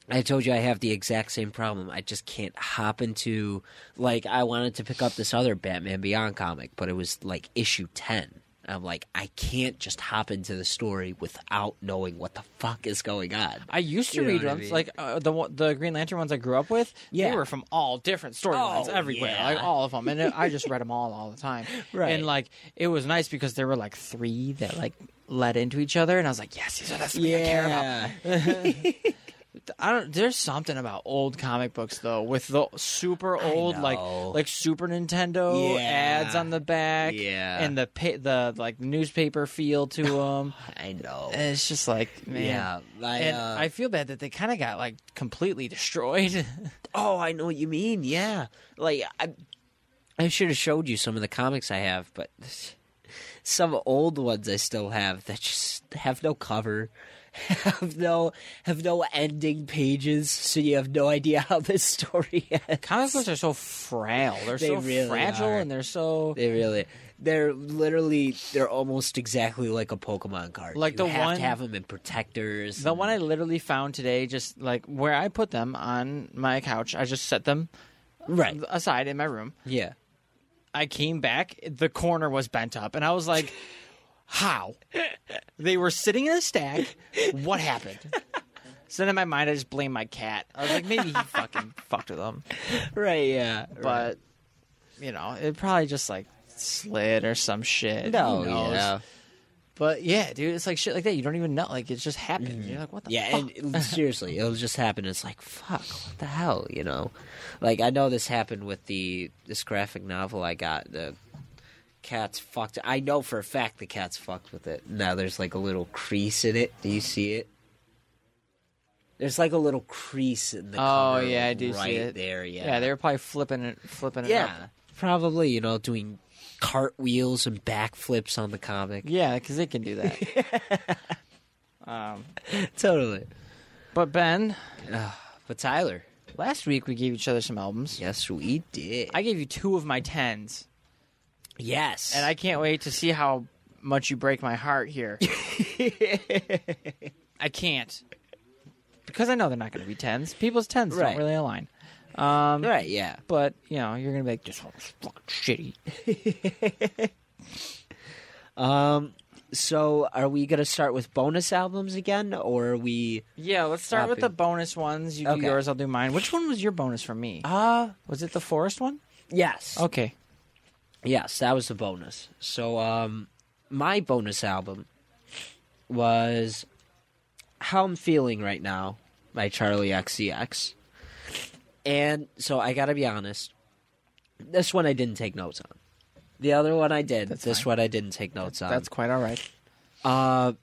I told you I have the exact same problem. I just can't hop into like I wanted to pick up this other Batman Beyond comic, but it was like issue 10. I'm like I can't just hop into the story without knowing what the fuck is going on.
I used to
You know
read
what I
ones
mean?
like uh, the one- the Green Lantern ones I grew up with.
Yeah.
They were from all different storylines
Oh,
everywhere,
yeah.
like all of them, and it- I just read them all all the time.
Right.
And like it was nice because there were like three that like led into each other, and I was like, yes, these are the three I care about. I don't. There's something about old comic books though, with the super old like
know.
like Super Nintendo
Yeah.
ads on the back,
Yeah.
and the pa- the like newspaper feel to them.
I know.
it's just like man.
Yeah, I,
and
uh,
I feel bad that they kind of got like completely destroyed.
Oh, I know what you mean. Yeah, like I, I should have showed you some of the comics I have, but some old ones I still have that just have no cover, have no have no ending pages, so you have no idea how this story ends.
Comic books are so frail. They're
They
so
really
fragile,
are.
and they're so
They really, they're literally, they're almost exactly like a Pokemon card.
Like
You
the
have
one-
to have them in protectors.
The one I literally found today, just like where I put them on my couch, I just set them
right?
aside in my room.
Yeah.
I came back, the corner was bent up, and I was like, how? They were sitting in a stack. What happened? So then in my mind, I just blamed my cat. I was like, maybe he fucking fucked with them.
Right. Yeah. right.
But, you know, it probably just like slid or some shit. Who
no.
knows?
Yeah.
But yeah, dude, it's like shit like that. You don't even know. Like, it just happened. You're like, what the
Mm-hmm. Yeah,
fuck?
and it- seriously, it'll just happen. It's like, fuck, what the hell, you know? Like, I know this happened with the this graphic novel I got. The cat's fucked. I know for a fact the cat's fucked with it. Now there's like a little crease in it. Do you see it? There's like a little crease in the
Oh
cover,
yeah, I
like,
do
right
see it
there. Yeah,
yeah, they were probably flipping it, flipping it.
yeah,
up.
probably you know doing cartwheels and backflips on the comic.
yeah, because they can do that. um,
totally.
but Ben,
But Tyler,
last week we gave each other some albums.
yes, we did.
I gave you two of my tens,
yes,
and I can't wait to see how much you break my heart here. I can't because I know they're not going to be tens. People's tens
Right.
don't really align.
right, yeah.
But you know, you're going to be like, this one's fucking shitty.
So, are we going to start with bonus albums again, or are we?
Yeah, let's start with
Copy.
the bonus ones. You
Okay.
do yours, I'll do mine. Which one was your bonus for me?
Uh
was it the forest one?
yes,
Okay.
yes, that was the bonus. So, um, my bonus album was "How I'm Feeling Right Now" by Charlie XCX, and so I got to be honest, this one I didn't take notes on. The other one I did. this one I didn't take notes on.
That's quite all right.
Uh,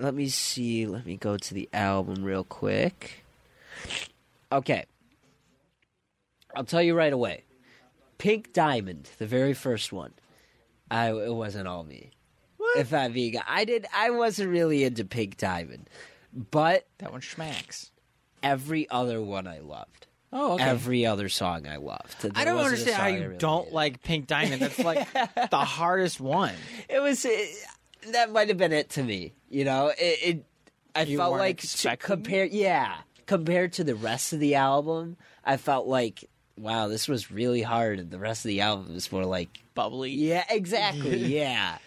let me see. Let me go to the album real quick. Okay. I'll tell you right away. Pink Diamond, the very first one. I it wasn't all me. If I'm being, I did. I wasn't really into Pink Diamond, but
That one smacks.
every other one I loved.
Oh, okay.
Every other song I loved. There
I don't
wasn't a
understand how
song I
you
really
don't
hated.
like Pink Diamond. That's like the hardest one.
it was it, that might have been it to me. You know, it. it I
You
felt
weren't
like to
expecting
compare, yeah, compared to the rest of the album, I felt like wow, this was really hard, and the rest of the album is more like
Bubbly.
yeah, exactly, yeah.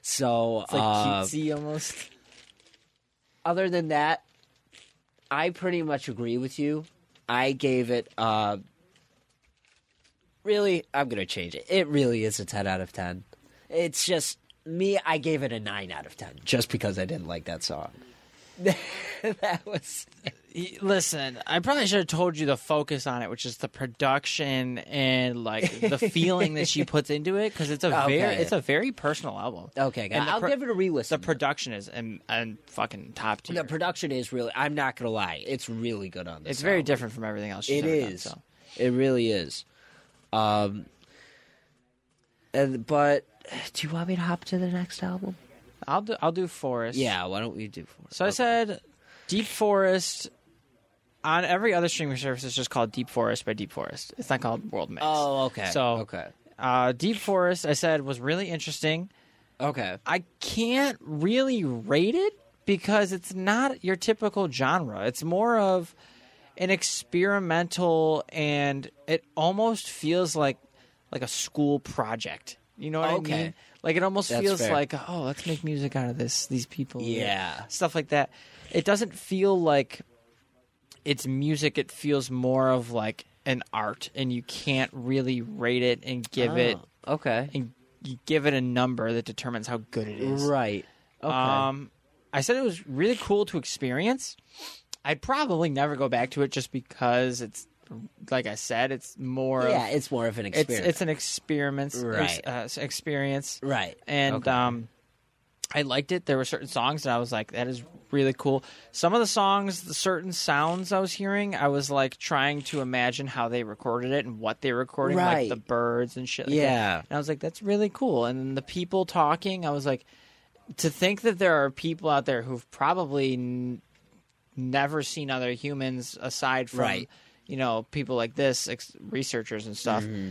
So
It's like
uh,
cutesy almost.
other than that, I pretty much agree with you. I gave it. Uh, really, I'm gonna change it. It really is a 10 out of 10. It's just me. I gave it a 9 out of 10 just because I didn't like that song. that was
Y- Listen, I probably should have told you the focus on it, which is the production and like the feeling that she puts into it, because it's a
Okay.
very it's a very personal album.
okay.
And the
I'll
pro-
give it a
The
re-listen.
production is and and fucking top tier.
the production is really. I'm not gonna lie. It's really good on this.
it's very
album.
different from everything else. She's
It
ever done,
is.
so.
It really is. Um, and, but do you want me to hop to the next album?
I'll do I'll do Forest.
Yeah, why don't we do four?
So I said Deep Forest on every other streaming service it's just called Deep Forest by Deep Forest. It's not called World Mix.
Oh, okay.
So
okay,
Uh, Deep Forest I said was really interesting.
okay,
I can't really rate it because it's not your typical genre. It's more of an experimental and it almost feels like like a school project. You know what
Okay.
I mean? Like it almost
That's
feels
fair.
like oh, let's make music out of this these people.
Yeah.
Stuff like that. It doesn't feel like it's music. It feels more of like an art and you can't really rate it and give it
Oh, okay.
and you give it a number that determines how good it is.
Right. Okay.
Um, I said it was really cool to experience. I'd probably never go back to it just because it's, like I said, it's more.
yeah,
of,
it's more of an
it's
experience.
it's an experiment,
Right.
Uh, experience,
right.
and
Okay.
um, I liked it. There were certain songs that I was like, that is really cool. Some of the songs, the certain sounds I was hearing, I was like trying to imagine how they recorded it and what they recorded, like
Right.
the birds and shit. Like that.
yeah.
And I was like, that's really cool. And then the people talking, I was like, to think that there are people out there who've probably n- never seen other humans aside from,
Right.
you know, people like this, ex- researchers and stuff.
Mm-hmm.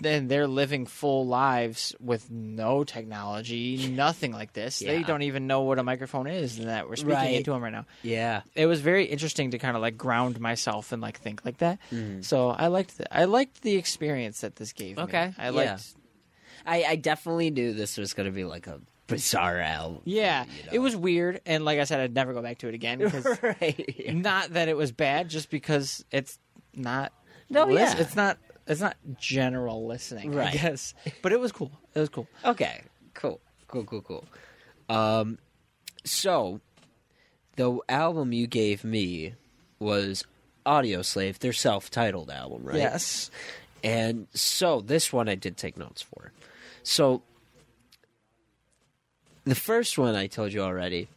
Then they're living full lives with no technology, nothing like this. They
Yeah.
don't even know what a microphone is, and that we're speaking
Right.
into them right now.
Yeah.
It was very interesting to kind of like ground myself and like think like that.
Mm-hmm.
So I liked, the, I liked the experience that this gave
Okay.
me. I
Yeah.
liked
I, I definitely knew this was going to be like a bizarre album.
Yeah,
you
it
know?
was weird, and like I said, I'd never go back to it again. Because
right.
Not that it was bad, just because it's not.
No,
lis-
yeah.
it's not. It's not general listening, I
Right.
guess. But it was cool. It was cool.
Okay. Cool. Cool. Cool. Cool. Um, so the album you gave me was Audio Slave, their self-titled album, right?
Yes.
And so this one I did take notes for. So the first one I told you already.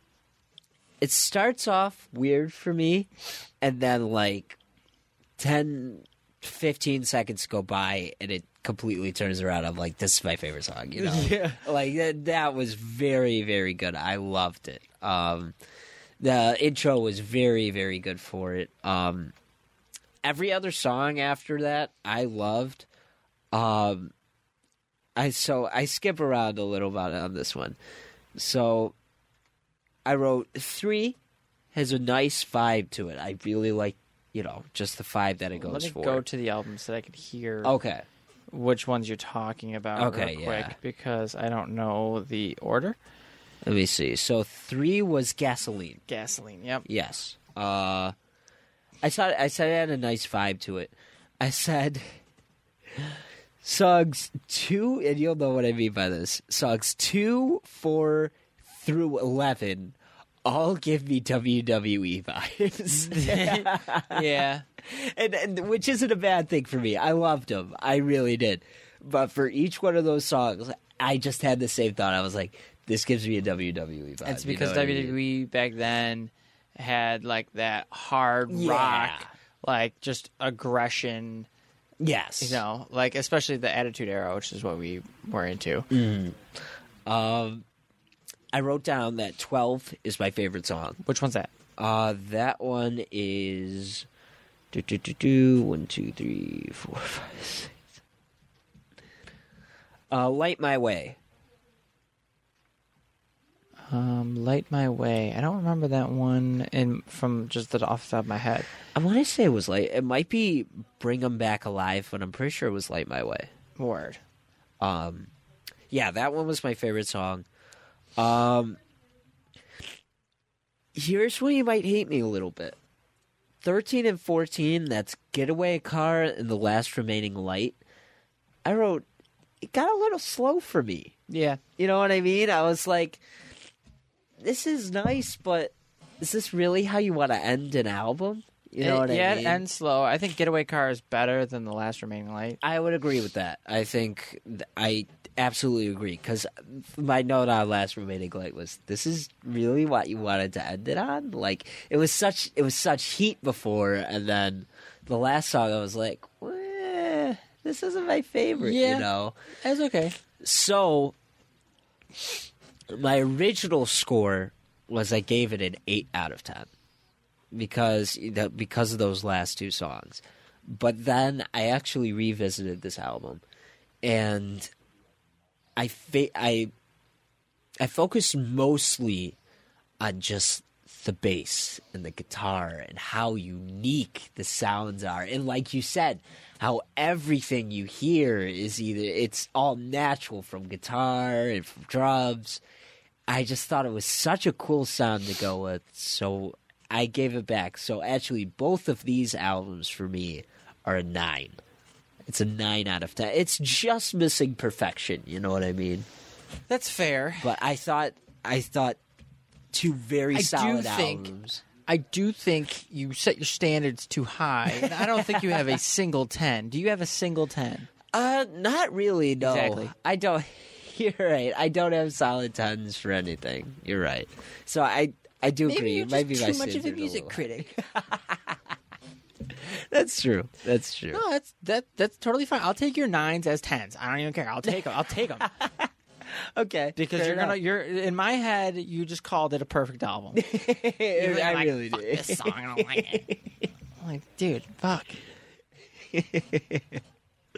It starts off weird for me and then like 10 15 seconds go by and it completely turns around. I'm like this is my favorite song, you know.
Yeah.
Like that, that was very very good. I loved it. Um the intro was very very good for it. Um every other song after that I loved. Um I so I skip around a little bit on this one. So I wrote three has a nice vibe to it. I really like you know, just the vibe that it goes
Let me
for.
go to the album so that I could hear
okay.
which ones you're talking about
Okay,
real quick
yeah.
because I don't know the order.
Let me see. So three was gasoline.
Gasoline. Yep.
Yes. Uh, I saw. I said it had a nice vibe to it. I said songs two, and you'll know what I mean by this. Songs two, four through eleven, all give me WWE vibes,
yeah.
and, and which isn't a bad thing for me. I loved them. I really did. But for each one of those songs, I just had the same thought. I was like, "This gives me a WWE vibe."
It's
you know
because E
what I mean?
WWE back then had like that hard
Yeah.
rock, like just aggression.
Yes.
You know, like especially the Attitude Era, which is what we were into.
Mm. I wrote down that 12 is my favorite song.
Which one's that?
Uh, that one is. Do, do, do, do, one, two, three, four, five, six. Uh, Light My Way.
Um, Light My Way. I don't remember that one in from just the off the top of my head.
I want to say it was Light. It might be Bring 'Em Back Alive, but I'm pretty sure it was Light My Way.
Word.
Um, yeah, that one was my favorite song. Um, here's where you might hate me a little bit. 13 and 14, that's Getaway Car and The Last Remaining Light. I wrote, it got a little slow for me.
Yeah.
You know what I mean? I was like, this is nice, but is this really how you want to end an album? You know
It-
what
Eh, yeah,
I mean?
it ends slow. I think Getaway Car is better than The Last Remaining Light.
I would agree with that. I think th- I absolutely agree because my note on last remaining light was this is really what you wanted to end it on. Like it was such it was such heat before, and then the last song I was like, "Weh, this isn't my favorite,
Yeah.
you know.
It's okay.
So my original score was I gave it an eight out of ten because that because of those last two songs. But then I actually revisited this album, and I fa- I I focused mostly on just the bass and the guitar and how unique the sounds are and like you said how everything you hear is either it's all natural from guitar and from drums i just thought it was such a cool sound to go with so i gave it back so actually both of these albums for me are a nine it's a nine out of ten it's just missing perfection you know what i mean
That's fair.
but i thought i thought two very
I do
solid
think-
albums
I do think you set your standards too high. And I don't think you have a single 10. Do you have a single 10?
Uh, not really. No,
Exactly.
I don't. You're right. I don't have solid tons for anything. You're right. So I, I do agree. it might be my standard a little high.
critic.
That's true. That's true.
No, that's that that's totally fine. I'll take your nines as tens. I don't even care. I'll take them. I'll take them
Okay,
because
fair
you're gonna.
enough.
You're in my head. You just called it a perfect album. You're
I
like,
really
"Fuck
do.
This song, I don't like it. I'm like, dude, fuck.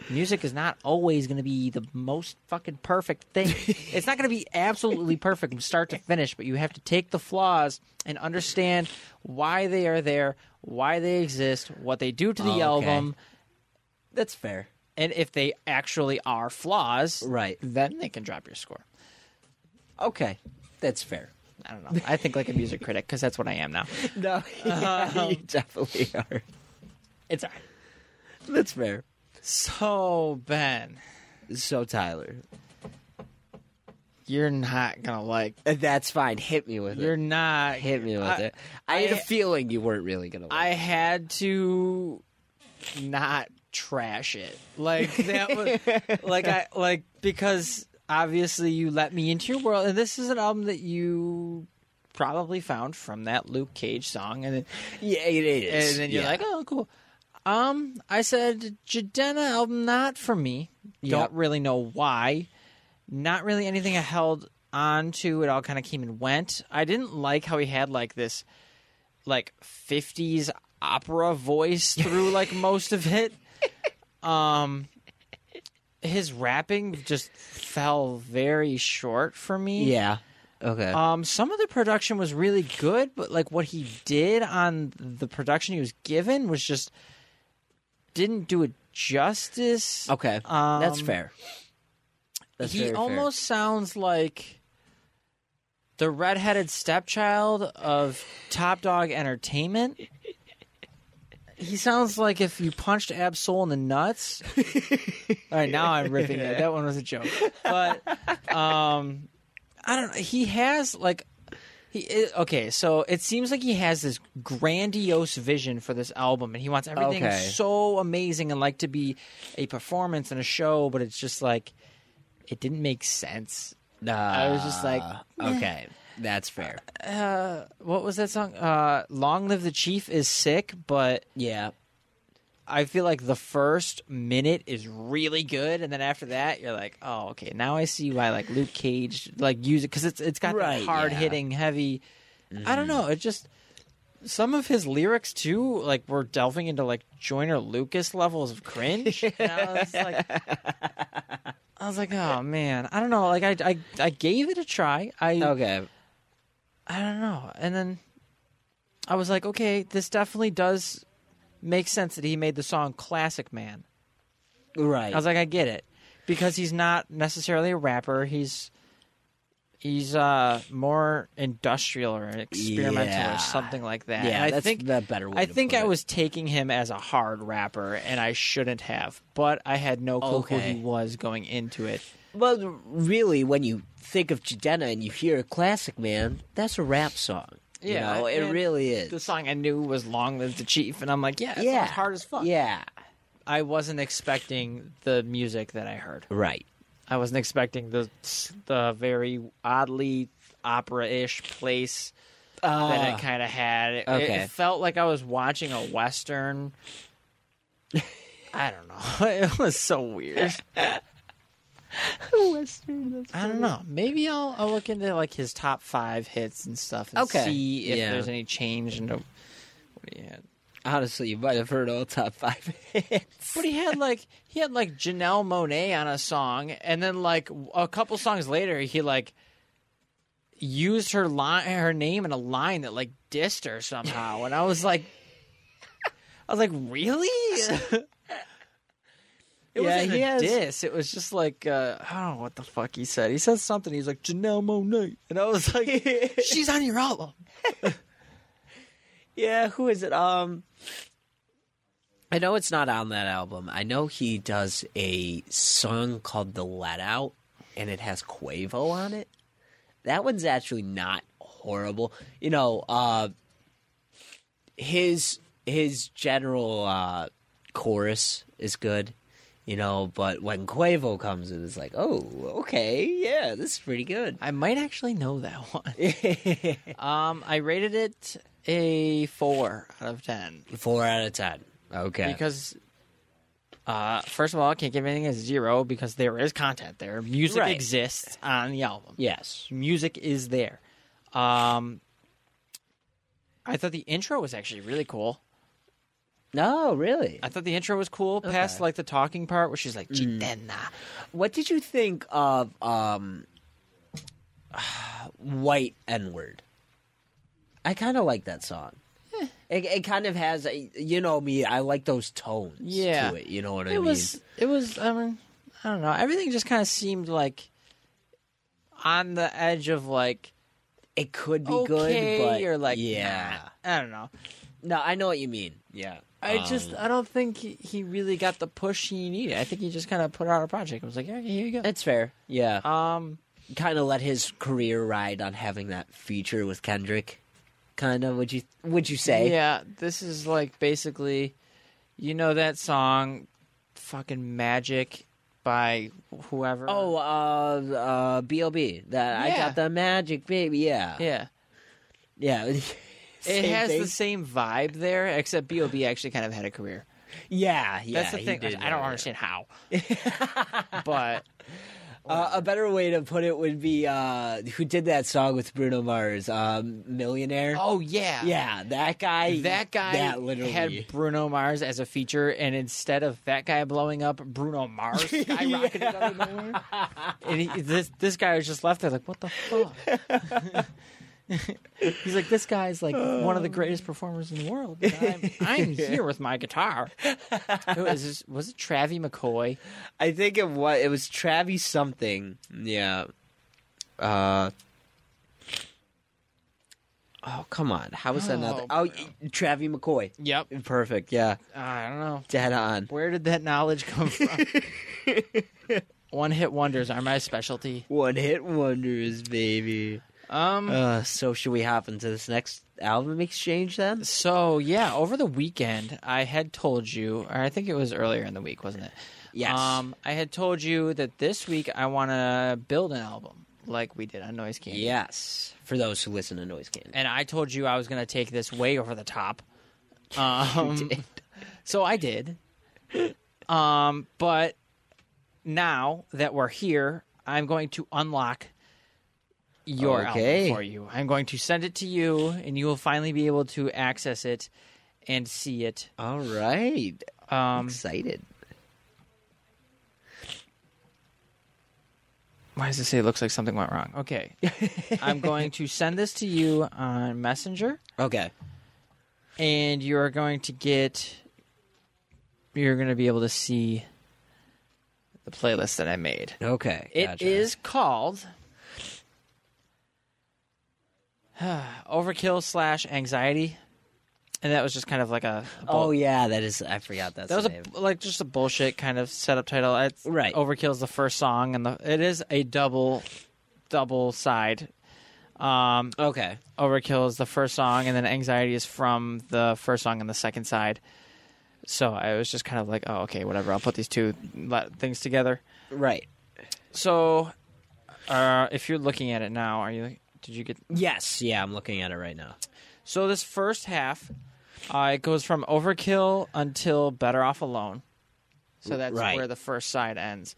Music is not always going to be the most fucking perfect thing. It's not going to be absolutely perfect from start to finish, but you have to take the flaws and understand why they are there, why they exist, what they do to the
Okay.
album,
That's fair.
and if they actually are flaws,
Right.
then they can drop your score.
Okay, that's fair.
I don't know. I think like a music critic because that's what I am now.
No, yeah,
Um,
you definitely are.
It's all right.
That's fair.
So Ben,
So Tyler,
you're not gonna like.
uh, that's fine. Hit me with
You're
it.
not.
Hit me with
I-
it. I, had
I-
a feeling you weren't really gonna. Like
I had to not trash it. Like that was like I like because obviously you let me into your world and this is an album that you probably found from that Luke Cage song and then,
it. Yeah, it is.
and then you're
Yeah.
like, "Oh, cool." Um, I said Jadena album not for me.
Yep.
Don't really know why. Not really anything I held on to. It all kind of came and went. I didn't like how he had like this like 50s opera voice through like most of it. Um his rapping just fell very short for me.
yeah. Okay.
"Mm." Um, some of the production was really good, but like what he did on the production he was given was just didn't do it justice.
Okay, that's
Um,
fair. That's
he
very fair.
almost sounds like the redheaded stepchild of Top Dog Entertainment. He sounds like if you punched Ab Soul in the nuts. All right, now I'm ripping it. That one was a joke, but um, I don't know. He has like he i okay. So it seems like he has this grandiose vision for this album, and he wants everything
Okay.
so amazing and like to be a performance and a show. But it's just like it didn't make sense.
Nah,
I was just like,
Uh.
"Mm."
okay, that's fair.
Uh, what was that song? Uh, "Long Live the Chief" is sick, but
Yeah,
I feel like the first minute is really good, and then after that, you're like, oh, okay, now I see why like Luke Cage like use it because it's it's got
Right,
that hard
yeah.
hitting, heavy. I don't know. It just some of his lyrics too, like we're delving into like Joyner Lucas levels of cringe. And I was like, I was like, oh man, I don't know. Like I I, I gave it a try. I
okay,
I don't know. And then I was like, okay, this definitely does make sense that he made the song Classic Man.
right.
I was like, I get it. Because he's not necessarily a rapper. He's he's uh more industrial or experimental
Yeah.
or something like that.
yeah,
And I
that's
think
the better way.
I
to
think
put
I
it.
was taking him as a hard rapper and I shouldn't have, but I had no clue
Okay.
who he was going into it.
Well, really, when you think of Jadena and you hear a classic man, that's a rap song. you
Yeah,
know? it
and
really is.
The song I knew was Long Live the Chief and I'm like, yeah, that
yeah,
sounds hard as fuck.
Yeah,
I wasn't expecting the music that I heard.
right.
I wasn't expecting the the very oddly opera-ish place that
Uh,
it kind of had. It,
okay.
it felt like I was watching a western. I don't know. It was so weird. I don't know. Maybe I'll I'll look into like his top five hits and stuff and
Okay.
see if
Yeah.
there's any change into what he had.
honestly, you might have heard all top five hits.
But he had like he had like Janelle Monet on a song, and then like a couple songs later, he like used her line, her name in a line that like dissed her somehow, and I was like, I was like, really? It
Yeah,
wasn't
he
a
has-
diss. It was just like uh, I don't know what the fuck he said. He said something. He's like Janelle Monae, and I was like, she's on your album.
Yeah, who is it? Um I know it's not on that album. I know he does a song called The Let Out and it has Quavo on it. That one's actually not horrible. You know, uh his his general uh chorus is good, you know, but when Quavo comes in it's like, "Oh, okay. Yeah, this is pretty good."
I might actually know that one. um, I rated it a four out of ten
4 out of 10. Okay.
because, uh, first of all, I can't give anything a zero because there is content there. Music
Right.
exists on the album.
yes.
Music is there. Um, I thought the intro was actually really cool.
No, really.
I thought the intro was cool, past like the talking part where she's like
Mm.
uh, "Chitena."
What did you think of um White N Word? I kind of like that song.
Eh.
It, it kind of has, a, you know me. I like those tones
Yeah.
to it. You know what I
It
mean?
was. It was. I mean, I don't know. Everything just kind of seemed like on the edge of like
it could be
okay,
good, but
you're like
yeah.
nah. I don't know.
No, I know what you mean. Yeah,
I just I don't think he, he really got the push he needed. I think he just kind of put out a project. and was like, yeah, here you
it's fair. Yeah,
go. Um,
kind of let his career ride on having that feature with Kendrick. Kind of would you would you say?
yeah, this is like basically, you know that song, fucking magic, by whoever.
Oh, uh, uh, B.O.B. That I
Yeah.
got the magic, baby. Yeah.
yeah.
Yeah.
It
Same
has
thing.
the same vibe there, except B.O.B. actually kind of had a career.
Yeah, yeah.
That's the
he
thing.
did
I don't
that.
understand how. but
Uh, a better way to put it would be uh, who did that song with Bruno Mars, um, Millionaire.
oh yeah,
yeah, that guy.
That guy
That literally.
had Bruno Mars as a feature, and instead of that guy blowing up, Bruno Mars skyrocketed out of nowhere. And he, this this guy was just left there like, what the fuck? He's like, this guy's like one of the greatest performers in the world. but I'm, I'm here with my guitar. It was, this- was it Travie McCoy?
I think it was it was Travis something. Yeah. Uh. Oh come on! How was that not?
Oh,
Oh, y- Travis McCoy.
Yep.
Perfect. Yeah.
Uh, I don't know.
Dead on.
Where did that knowledge come from? one hit wonders are my specialty.
One hit wonders, baby.
Um.
Uh, so should we hop into this next album exchange then?
So yeah, over the weekend I had told you, or I think it was earlier in the week, wasn't it?
Yes.
Um, I had told you that this week I want to build an album like we did on Noise Candy.
Yes. For those who listen to Noise Candy.
And I told you I was going to take this way over the top. Um,
did.
So I did. Um, but now that we're here, I'm going to unlock your
Okay.
album for you. I'm going to send it to you, and you will finally be able to access it and see it.
All right.
Um,
Excited.
Why does it say it looks like something went wrong? Okay. I'm going to send this to you on Messenger,
Okay.
and you are going to get. You're going to be able to see the playlist that I made.
Okay.
It is called Overkill slash Anxiety. And that was just kind of like a. a
Oh
bul-
yeah, that is. I forgot that's
That was
the name.
a, like just a bullshit kind of setup title. It's,
Right.
Overkill's the first song, and the it is a double, double side. Um,
Okay.
Overkill is the first song, and then Anxiety is from the first song and the second side. So I was just kind of like, oh, okay, whatever. I'll put these two la- things together.
Right.
So, uh, if you're looking at it now, are you? Did you get?
Yes. Yeah, I'm looking at it right now.
So this first half, uh, it goes from Overkill until Better Off Alone. So that's
Right.
where the first side ends,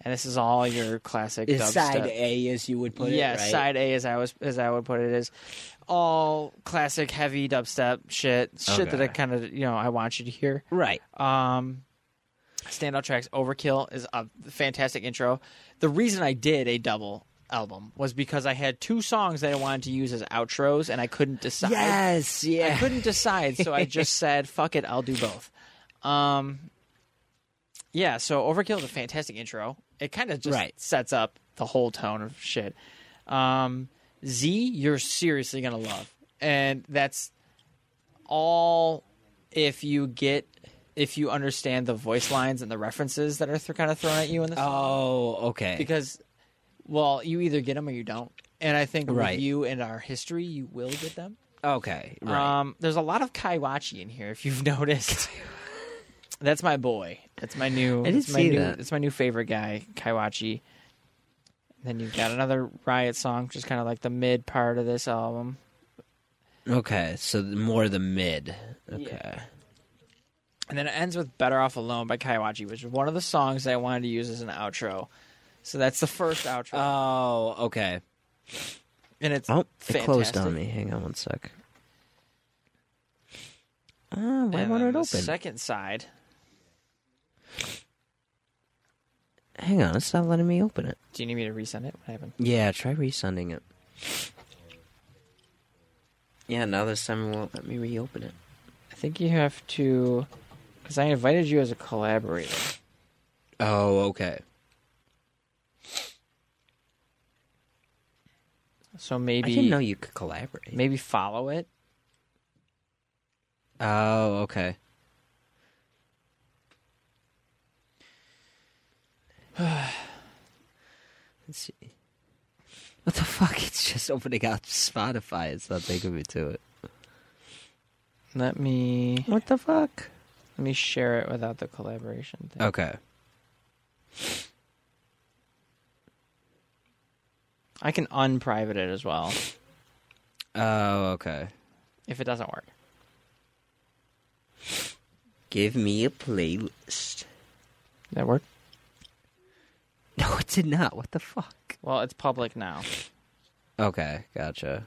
and this is all your classic
It's
dubstep.
side A, as you would put
yeah,
it. right?
side A, as I was as I would put it, is all classic heavy dubstep shit, shit that I
Okay.
kind of you know I want you to hear.
Right.
Um, standout tracks Overkill is a fantastic intro. The reason I did a double album was because I had two songs that I wanted to use as outros and I couldn't decide.
Yes,
I
yeah.
couldn't decide, so I just said, "Fuck it, I'll do both." Um, yeah. So Overkill is a fantastic intro. It kind of just
Right.
sets up the whole tone of shit. Um, Z, you're seriously gonna love, and that's all. If you get, if you understand the voice lines and the references that are th- kind of thrown at you in the song
Oh, okay.
because well you either get them or you don't and i think
Right.
with you and our history you will get them
okay, right.
um there's a lot of kaiwachi in here if you've noticed that's my boy that's my new
didn't
that's my
see
new
that.
that's my new favorite guy kaiwachi then you've got another riot song which is kind of like the mid part of this album
okay, so th- more the mid. Okay.
And then it ends with Better Off Alone by Kaiwachi, which is one of the songs that I wanted to use as an outro. So that's the first outro.
Oh, okay.
and it's
Oh, it closed
fantastic.
on me. Hang on one sec. Uh, why
And
won't
then
it
the
open?
Second side.
Hang on, it's not letting me open it.
Do you need me to resend it? What happened?
Yeah, try resending it. Yeah, now this time it won't let me reopen it.
I think you have to, because I invited you as a collaborator.
Oh, okay.
So
I didn't know
maybe
you could collaborate.
maybe follow it.
Oh, okay. Let's see. What the fuck? It's just opening up Spotify. It's not taking me to it.
Let me
What the fuck?
let me share it without the collaboration thing.
Okay.
I can unprivate it as well
Oh, okay.
if it doesn't work.
Give me a playlist.
Did that work?
No, it did not. What the fuck?
Well, it's public now,
Okay, gotcha.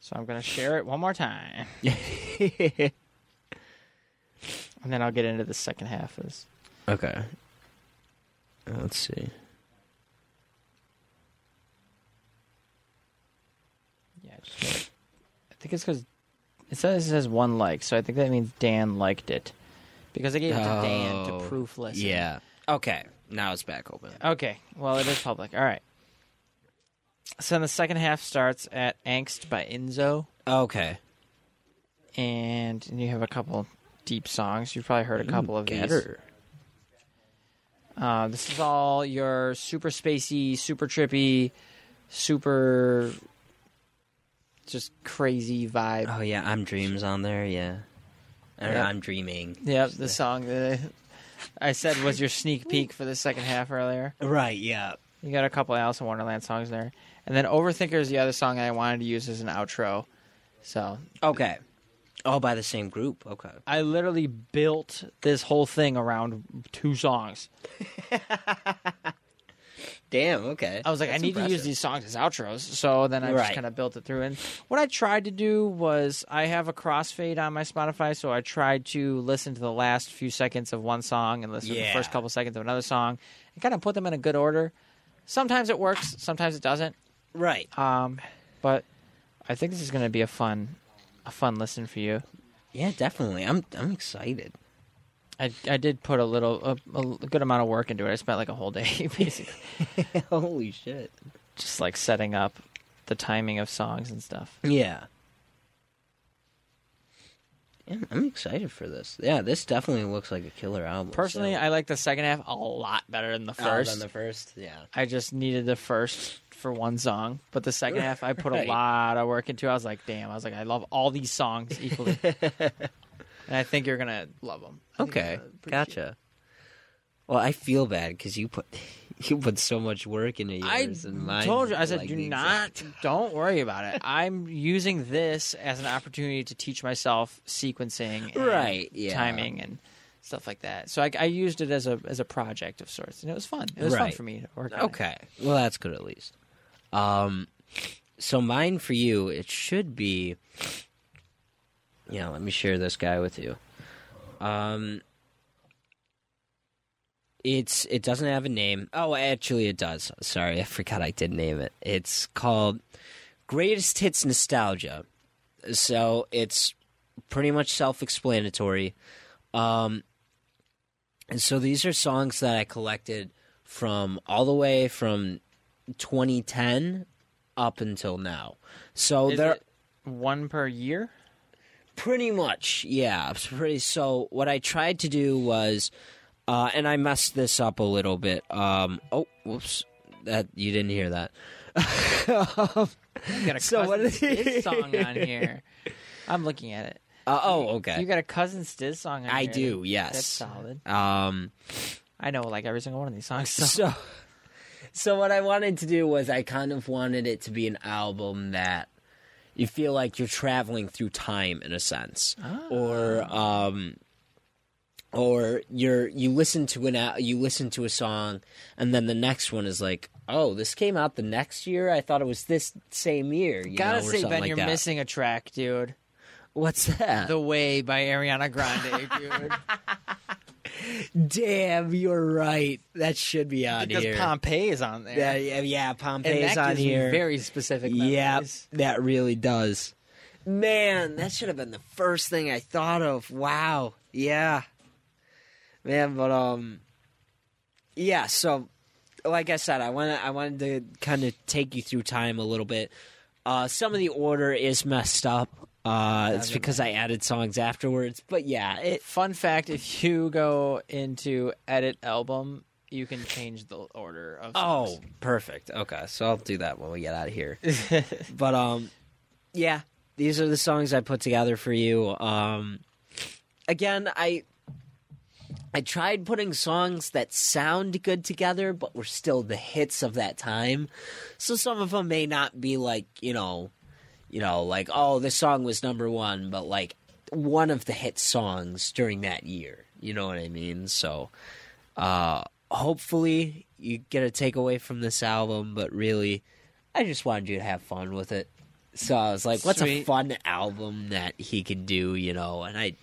so I'm gonna share it one more time, and then I'll get into the second half. Of this.
Okay. Uh, Let's see.
Yeah, just get it. I think it's because it says it says one like, so I think that means Dan liked it because I gave it to Dan to
Oh,
proof listen.
Yeah. Okay. Now it's back open.
Okay. Well, it is public. All right. So then the second half starts at Angst by Enzo,
Okay.
and you have a couple deep songs. You've probably heard a couple of
Get
these.
her.
Uh, this is all your super spacey, super trippy, super just crazy vibe.
Oh yeah, I'm dreams on there. Yeah, I don't know,
Yeah.
I'm dreaming.
Yep, the song that I I said was your sneak peek for the second half earlier.
Right. Yeah.
You got a couple Alice in Wonderland songs there. And then Overthinker is the other song I wanted to use as an outro. So
Okay. All by the same group. Okay.
I literally built this whole thing around two songs.
Damn. Okay.
I was like,
That's
I need to use
impressive.
these songs as outros. So then I
Right.
just kind of built it through. And what I tried to do was I have a crossfade on my Spotify, so I tried to listen to the last few seconds of one song and listen to
Yeah.
the first couple seconds of another song and kind of put them in a good order. Sometimes it works, sometimes it doesn't.
Right.
Um, but I think this is going to be a fun, a fun listen for you.
Yeah, definitely. I'm I'm excited.
I, I did put a little a, a good amount of work into it. I spent like a whole day basically
Holy shit.
just like setting up the timing of songs and stuff.
Yeah. Yeah, I'm excited for this. Yeah, this definitely looks like a killer album.
Personally,
so-
I like the second half a lot better than the
Oh, than
first.
the first. Yeah.
I just needed the first for one song, but the second half I put
Right.
a lot of work into. I was like, damn, I was like, I love all these songs equally, and I think you're gonna love them.
Okay, gotcha. Well, I feel bad because you put you put so much work into
I
yours and mine.
told you. I said,
like,
do
the
not,
exact-
don't worry about it. I'm using this as an opportunity to teach myself sequencing, and
Right, yeah.
timing, and stuff like that. So I, I used it as a as a project of sorts, and it was fun. It was fun
Right.
for me to work. on it.
Okay, well that's good at least. Um, so mine for you, it should be. Yeah, let me share this guy with you. Um, It's it doesn't have a name. Oh, actually, it does. Sorry, I forgot I did name it. It's called Greatest Hits Nostalgia. So it's pretty much self-explanatory. Um, and so these are songs that I collected from all the way from 2010 up until now. So
Is
Oh, there
it one per year?
pretty much yeah it's pretty so what i tried to do was uh and i messed this up a little bit um oh whoops that you didn't hear that uh,
You got a
So what
cousin
is-
Stiz song on here. I'm looking at it.
oh
You
okay
got a cousin Stiz song on
i
here.
do
That's
yes
solid.
um
I know like every single one of these songs. So.
so so what i wanted to do was i kind of wanted it to be an album that you feel like you're traveling through time in a sense
Ah.
or um or you're you listen to an al- you listen to a song and then the next one is like oh this came out the next year i thought it was this same year you
Gotta
know, or
say,
something
Ben,
like
you're
that.
missing a track, dude.
what's that
The Way by Ariana Grande, dude.
damn you're right that should be on
because
here
Pompeii is on there.
yeah, yeah, yeah
and
pompeii's
that
on
gives
here
me very specific
Yeah,
memories.
that really does. Man, that should have been the first thing I thought of. Wow. Yeah. Man, but um yeah, so like I said, I want I wanted to kind of take you through time a little bit. Uh some of the order is messed up. Uh it's because I added songs afterwards, but yeah, it
Fun fact: If you go into edit album, you can change the order of.
Oh,
Songs.
perfect. Okay, so I'll do that when we get out of here. but um, yeah, these are the songs I put together for you. Um, again, I I tried putting songs that sound good together, but were still the hits of that time. So some of them may not be like you know, you know, like oh, this song was number one, but like one of the hit songs during that year. You know what I mean? So uh hopefully you get a takeaway from this album but really i just wanted you to have fun with it so i was like what's a
Sweet.
fun album that he can do you know and i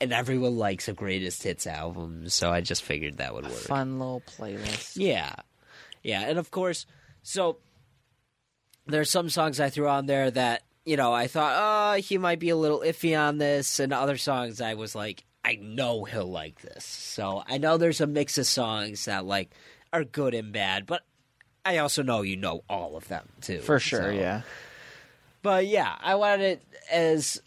and everyone likes a greatest hits album so i just figured that would work
fun little playlist.
yeah. Yeah. And of course, so there's some songs I threw on there that, you know, I thought, oh, he might be a little iffy on this. And other songs I was like, I know he'll like this. So I know there's a mix of songs that, like, are good and bad, but I also know you know all of them, too.
For sure,
So-
yeah.
but yeah, I wanted it as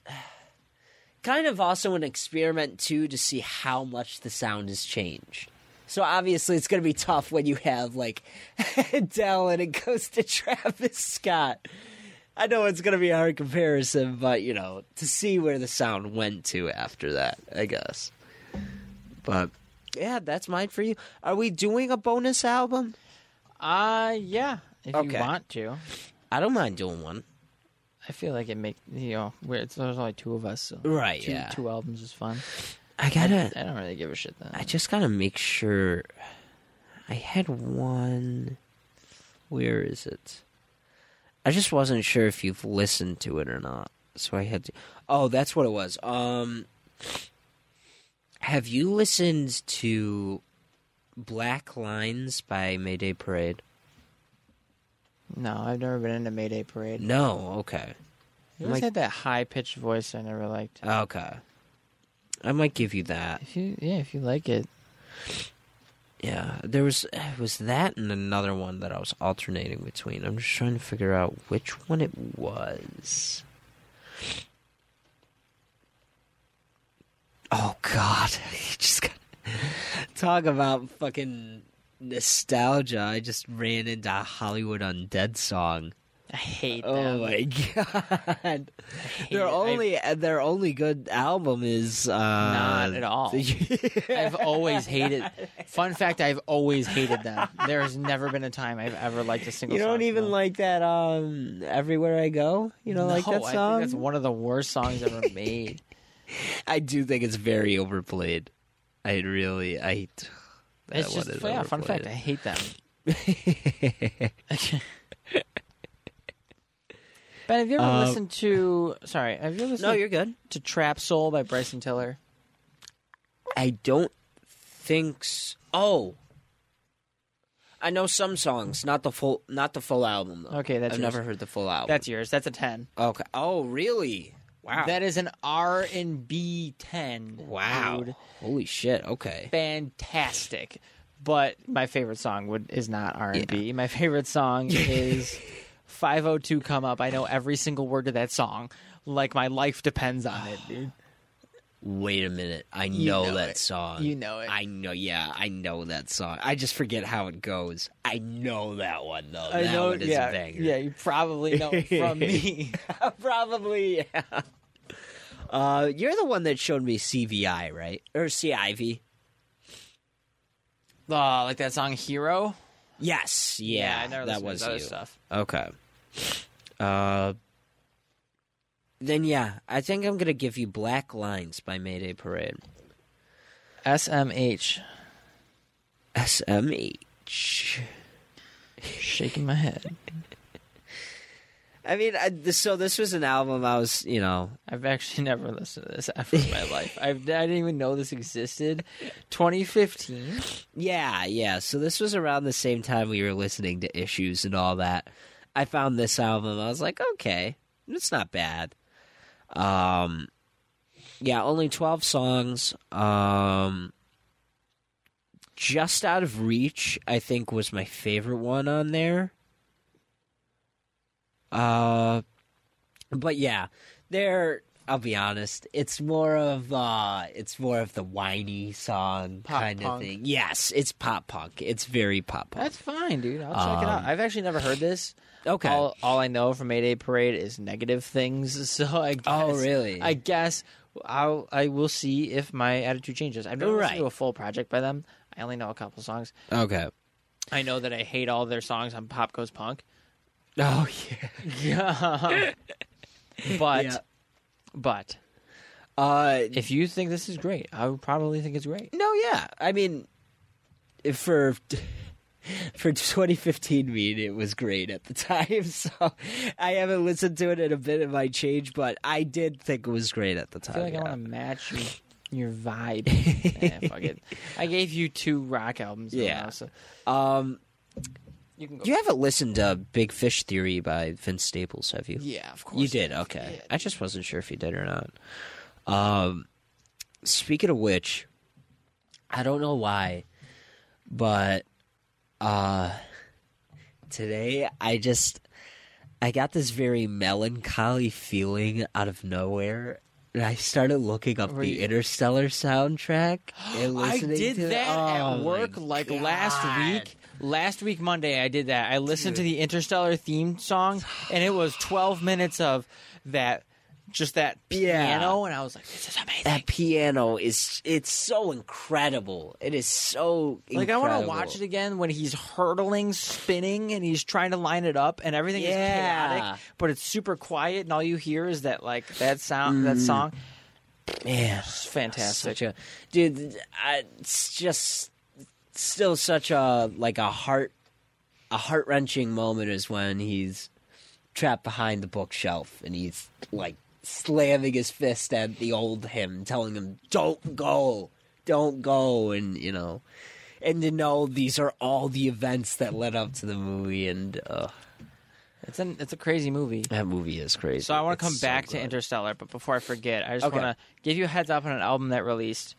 kind of also an experiment too to see how much the sound has changed. So obviously, it's going to be tough when you have like Adele and it goes to Travis Scott. I know it's going to be a hard comparison, but you know, to see where the sound went to after that, I guess. But yeah, that's mine for you. Are we doing a bonus album?
Uh yeah. If
Okay.
you want to,
I don't mind doing one.
I feel like it make you know. We're, it's, there's only two of us, so
Right,
Two,
yeah.
two albums is fun.
I gotta.
I don't really give a shit. Then
I just gotta make sure. I had one. Where is it? I just wasn't sure if you've listened to it or not, so I had to. Oh, that's what it was. Um, have you listened to "Black Lines" by Mayday Parade?
no, I've never been into Mayday Parade.
No. Okay.
You always
Like-
had that high pitched voice I never liked.
Okay. I might give you that.
If you yeah, if you like it,
Yeah, there was it was that and another one that I was alternating between. I'm just trying to figure out which one it was. Oh God, I just got talk about fucking nostalgia. I just ran into a Hollywood Undead song.
I hate
Oh
them.
my God,
hate
their
it. I-
only their only good album is uh,
Not at all. I've always hated. Fun fact: I've always hated them. There has never been a time I've ever liked a single.
You
song
don't
from
even
them.
like that um everywhere I go. You don't like
No,
that
I
song. I,
think that's one of the worst songs ever made.
do think it's very overplayed. I really I. that
it's
one
just
is
yeah. Fun fact: I
overplayed.
hate them. Ben, have you ever
Uh,
listened to? Sorry, have you listened
no, you're good.
to "Trap Soul" by Bryson Tiller?
I don't think. s Oh, I know some songs, not the full, not the full album though.
Okay, that's
I've
yours.
never heard the full album.
That's yours. That's a ten.
okay. Oh, really? Wow.
That is an R and B ten.
wow.
dude.
Holy shit. Okay.
fantastic. But my favorite song would is not R and B. My favorite song is 502 Come Up. I know every single word to that song. Like my life depends on it, dude.
Wait a minute. I know,
know
that
it.
song.
You know it.
I know. Yeah, I know that song. I just forget how it goes. I know that one though.
I
that
know
one is
yeah,
a banger.
Yeah, you probably know it from me.
Probably. Yeah. Uh, you're the one that showed me CVI, right? Or CIV?
Oh,
Uh,
like that song Hero?
Yes. Yeah.
I never
that
listened
was
to his other
you.
stuff.
Okay. Uh. Then yeah, I think I'm gonna give you Black Lines by Mayday Parade.
SMH.
SMH.
Shaking my head.
I mean, I, this- so this was an album I was, you know,
I've actually never listened to this ever in my life. I've, I didn't even know this existed. 2015.
yeah, yeah. So this was around the same time we were listening to Issues and all that. I found this album. I was like, okay, it's not bad. Um, yeah, only twelve songs. Um, just out of reach. I think was my favorite one on there. Uh, but yeah, they're. I'll be honest. It's more of uh, it's more of the whiny song
Pop
kind of
punk.
thing. Yes, it's pop punk. It's very pop punk.
That's fine, dude. I'll check it out. I've actually never heard this.
Um, Okay.
All, all I know from Mayday Parade is negative things. So I guess,
Oh, really?
I guess I'll I will see if my attitude changes. I've never listened to
Right.
a full project by them. I only know a couple songs.
okay.
I know that I hate all their songs on Pop Goes Punk.
Oh yeah.
but
Yeah.
but
Uh,
if you think this is great, I would probably think it's great.
no, yeah. I mean, if for for 2015 mean it was great at the time. So I haven't listened to it in a bit. It might change, but I did think it was great at the time.
I feel like
yeah.
I want to match your, your vibe. Eh, fuck it. I gave you two rock albums.
Yeah.
now, so
Um,
you can go.
you haven't listened to Big Fish Theory by Vince Staples, have you?
Yeah, of course.
You did, okay. I just wasn't sure if you did or not. Um, speaking of which, I don't know why, but uh, today I just I got this very melancholy feeling out of nowhere. And I started looking up the
you-
Interstellar soundtrack and
I
listening
did
to it.
that
Oh
at
my
work like last
God.
week. Last week Monday, I did that. I listened to the Interstellar theme song, and it was 12 minutes of that, just that
Yeah.
piano, and I was like, "This is amazing."
That piano is it's so incredible. It is so
like I
incredible.
want to watch it again when he's hurtling, spinning, and he's trying to line it up, and everything is
Yeah.
chaotic, but it's super quiet, and all you hear is that like that sound, that song.
Man,
It's fantastic.
Mm. such a dude. I, it's just still such a like a heart a heart wrenching moment is when he's trapped behind the bookshelf and he's like slamming his fist at the old him, telling him, "Don't go, don't go," and you know. And to know these are all the events that led up to the movie, and uh,
It's an it's a crazy movie.
that movie is crazy.
So I want
It's
to come
so
back
good.
to Interstellar, but before I forget, I just
Okay.
want to give you a heads up on an album that released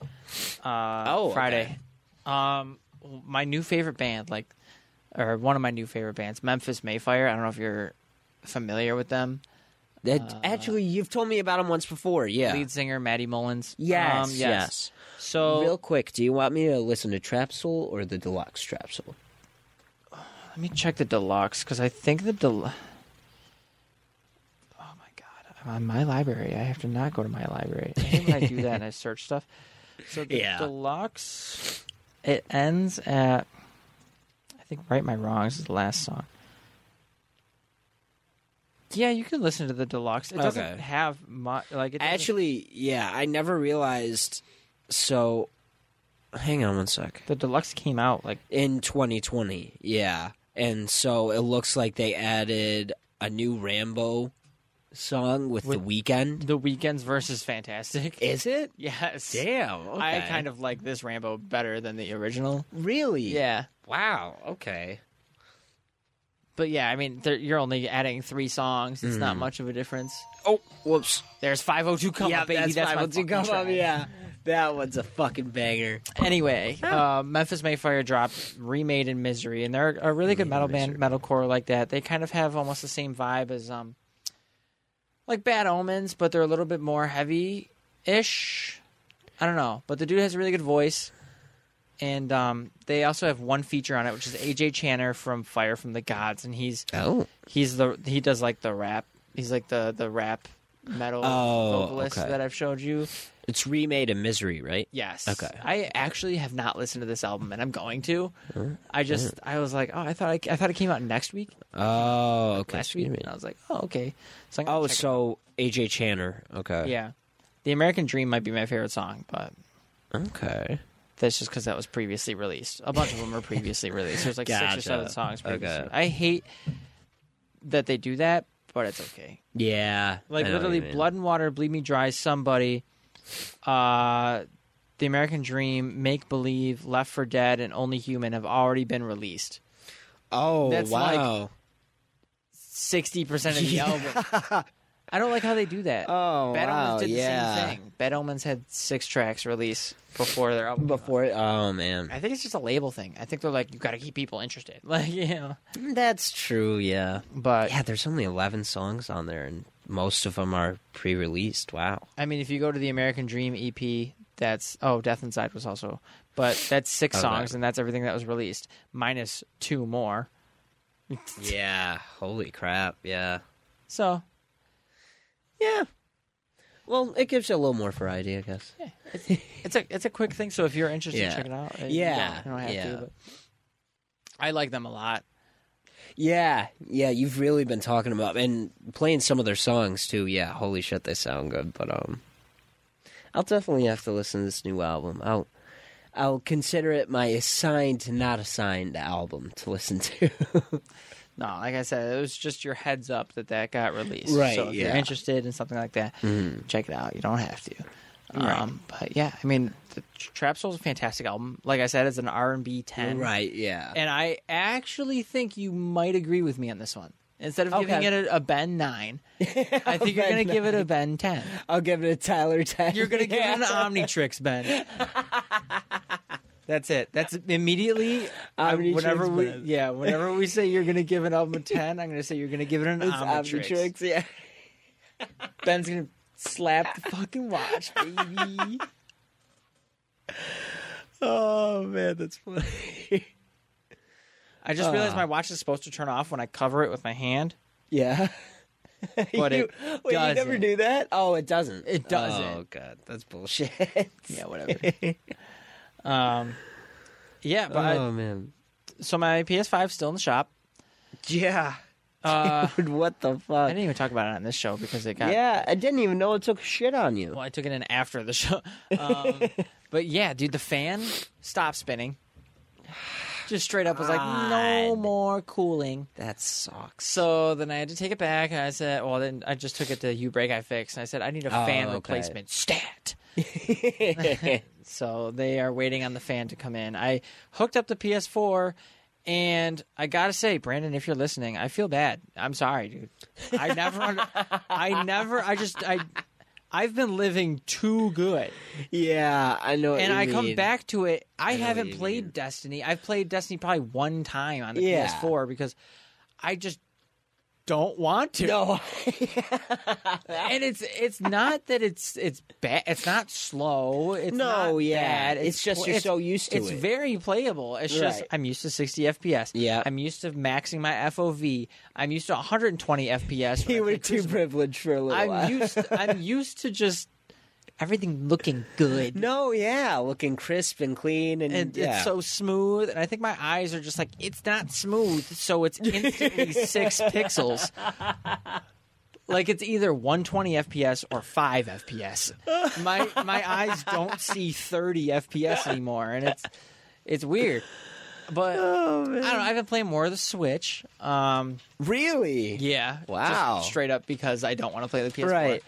uh,
Oh, okay.
Friday. Um, my new favorite band, like, or one of my new favorite bands, Memphis Mayfire. I don't know if you're familiar with them.
That, actually, you've told me about him once before. Yeah.
Lead singer Maddie Mullins.
Yes,
Um,
yes.
So
Real quick, do you want me to listen to Trap Soul or the Deluxe Trap Soul?
let me check the deluxe because I think the del. Oh my god! I'm on my library. I have to not go to my library. I hate when I do that and I search stuff. So the
Yeah.
deluxe, it ends at. I think "Right My Wrongs" is the last song. Yeah, you can listen to the deluxe. It doesn't
Okay.
have much. Like it doesn't-
Actually, yeah, I never realized. So, hang on one sec.
the deluxe came out like
In 2020, yeah. And so it looks like they added a new Rambo song with, The Weekend.
the weekends versus Fantastic.
Is it?
yes.
Damn.
I kind of like this Rambo better than the original.
Really?
Yeah.
Wow. Okay.
But yeah, I mean, there- you're only adding three songs. It's not much of a difference.
Oh, whoops.
There's 502 Come Up, baby. That's, my fucking track.
Yeah, that one's a fucking banger.
Anyway, uh, Memphis Mayfire dropped Remade in Misery, and they're a really good metal band, metalcore like that. They kind of have almost the same vibe as um, like Bad Omens, but they're a little bit more heavy ish. I don't know, but the dude has a really good voice, and um, they also have one feature on it, which is AJ Channer from Fire from the Gods, and he's
Oh,
he's the he does like the rap. He's like the the rap metal
Oh,
vocalist
okay.
that I've showed you.
it's remade in Misery, right?
Yes.
Okay.
I actually have not listened to this album, and I'm going to. I just I was like, oh, I thought I, I thought it came out next week,
Oh, okay.
last week,
Remade.
and I was like, oh, okay. So I'm gonna
Oh,
check it
so AJ Channer.
out.
Okay.
yeah, the American Dream might be my favorite song, but
Okay.
that's just because that was previously released. A bunch of them were previously released. There's like six or
Gotcha.
seven songs. Previously.
Okay.
I hate that they do that, but it's okay.
Yeah.
like
I know what
literally
you mean.
blood and water bleed me dry somebody uh the american dream make believe left for dead and only human have already been released
Oh,
That's like-
wow.
60% of the album i don't like how they do that
Oh,
bad
wow,
omens did the
yeah.
same thing bad omens had six tracks released before their album
Before it, oh man,
i think it's just a label thing i think they're like you got to keep people interested like you know
that's true. Yeah,
but
yeah. There's only eleven songs on there, and most of them are pre-released. Wow.
I mean, if you go to the American Dream EP, that's oh, Death Inside was also, but that's six
Oh,
songs,
that-
and that's everything that was released minus two more.
Yeah. Holy crap. Yeah.
So
Yeah. Well, it gives you a little more variety, I guess.
it's a it's a quick thing. So if you're interested,
Yeah.
check it out. Uh,
Yeah,
you don't have
yeah.
to. But I like them a lot.
Yeah, yeah, you've really been talking about and playing some of their songs too. Yeah, holy shit, they sound good. But um, I'll definitely have to listen to this new album. I'll I'll consider it my assigned, not assigned album to listen to.
No, like I said, it was just your heads up that that got released.
Right,
So if you're
yeah. Mm-hmm.
interested in something like that, check it out. You don't have to. Um, but yeah, I mean, the Trap Soul's a fantastic album. Like I said, it's an R and B ten.
right? Yeah.
And I actually think you might agree with me on this one. Instead of giving
Okay.
it a, a Ben 9, I think you're
Ben
going to give it a Ben 10.
I'll give it a Tyler ten.
You're going to give it an Omnitrix Ben. That's it. That's immediately I-
Omnitrix
whenever we
Ben.
yeah, whenever we say you're going to give an album a 10, I'm going to say you're going to give it an
It's
Omnitrix.
Omnitrix, Yeah.
Ben's going to slap the fucking watch, baby.
Oh man, that's funny.
I just realized my watch is supposed to turn off when I cover it with my hand,
yeah.
but
you,
it
wait, you
doesn't.
never do that? Oh, it doesn't.
It doesn't.
Oh god, that's bullshit.
Yeah, whatever. um, yeah, but I-
oh man.
so my PS5 still in the shop.
Yeah.
Uh,
Dude, what the
I
fuck?
didn't even talk about it on this show because it got.
yeah, I didn't even know it took shit on you.
Well, I took it in after the show. Um, but yeah, dude, the fan stopped spinning. Just straight up was like, no
God.
more cooling.
That sucks.
So then I had to take it back, and I said, well, then I just took it to U Break I Fix, and I said, I need a
Oh,
fan
okay.
replacement stat. So they are waiting on the fan to come in. I hooked up the PS4, and I gotta say, Brandon, if you're listening, I feel bad. I'm sorry, dude. I never, under- I never, I just, I, I've been living too good,
yeah, I know. What
and
you
I come
mean.
back to it. I,
know what
haven't
you
played
mean.
Destiny. I've played Destiny probably one time on the
Yeah.
PS4 because I just don't want to
No,
and it's it's not that it's it's bad. It's not slow. It's
No,
not
yeah.
bad.
It's just
pl-
you're so used to
it's
it.
very playable. It's just
Right.
I'm used to 60 FPS.
Yeah.
I'm used to maxing my FOV. I'm used to 120 FPS. when I
you were
play
too
Crucible.
privileged for a little while.
I'm used. I'm used to just everything looking good.
no, yeah, looking crisp and clean, and,
And
Mm, yeah.
it's so smooth, and I think my eyes are just like it's not smooth, so it's instantly six pixels. Like it's either 120 FPS or five FPS. My my eyes don't see 30 FPS anymore, and it's it's weird. But
Oh,
I don't know. I've been playing more of the Switch. Um,
really,
yeah, just
Wow.
straight up because I don't want to play the PS4.
right.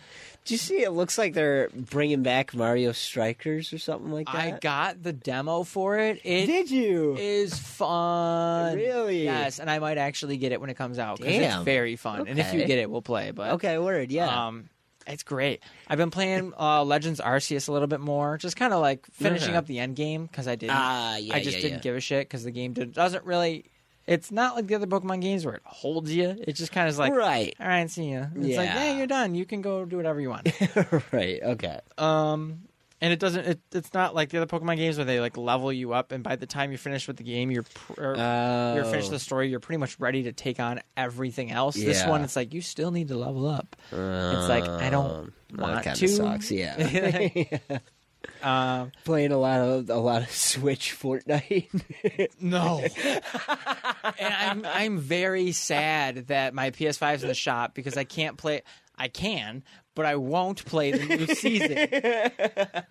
Do you see? It looks like they're bringing back Mario Strikers or something like that.
I got the demo for it. It
Did you?
is fun.
Really?
Yes, and I might actually get it when it comes out because it's
Damn.
very fun. And if you
Okay.
get it, we'll play. But
okay, word. Yeah.
um, it's great. I've been playing uh, Legends Arceus a little bit more, just kind of like finishing
Uh-huh.
up the end game because I didn't.
Ah, yeah.
I just
yeah,
didn't
yeah.
give a shit because the game did, doesn't really. It's not like the other Pokemon games where it holds you. It just kind of is like,
right.
all right, see ya. It's like,
Yeah.
yeah, you're done. You can go do whatever you want.
right. Okay.
um, and it doesn't. It, it's not like the other Pokemon games where they like level you up, and by the time you're finished with the game, you're pr- or
Uh,
you're finished with the story. You're pretty much ready to take on everything else. This
Yeah.
one, it's like you still need to level up. It's like I don't want
Um, that kinda
to.
sucks. Yeah.
Um,
Playing a lot of a lot of Switch Fortnite.
No. and I'm I'm very sad that my PS5's in the shop because I can't play I can, but I won't play the new season.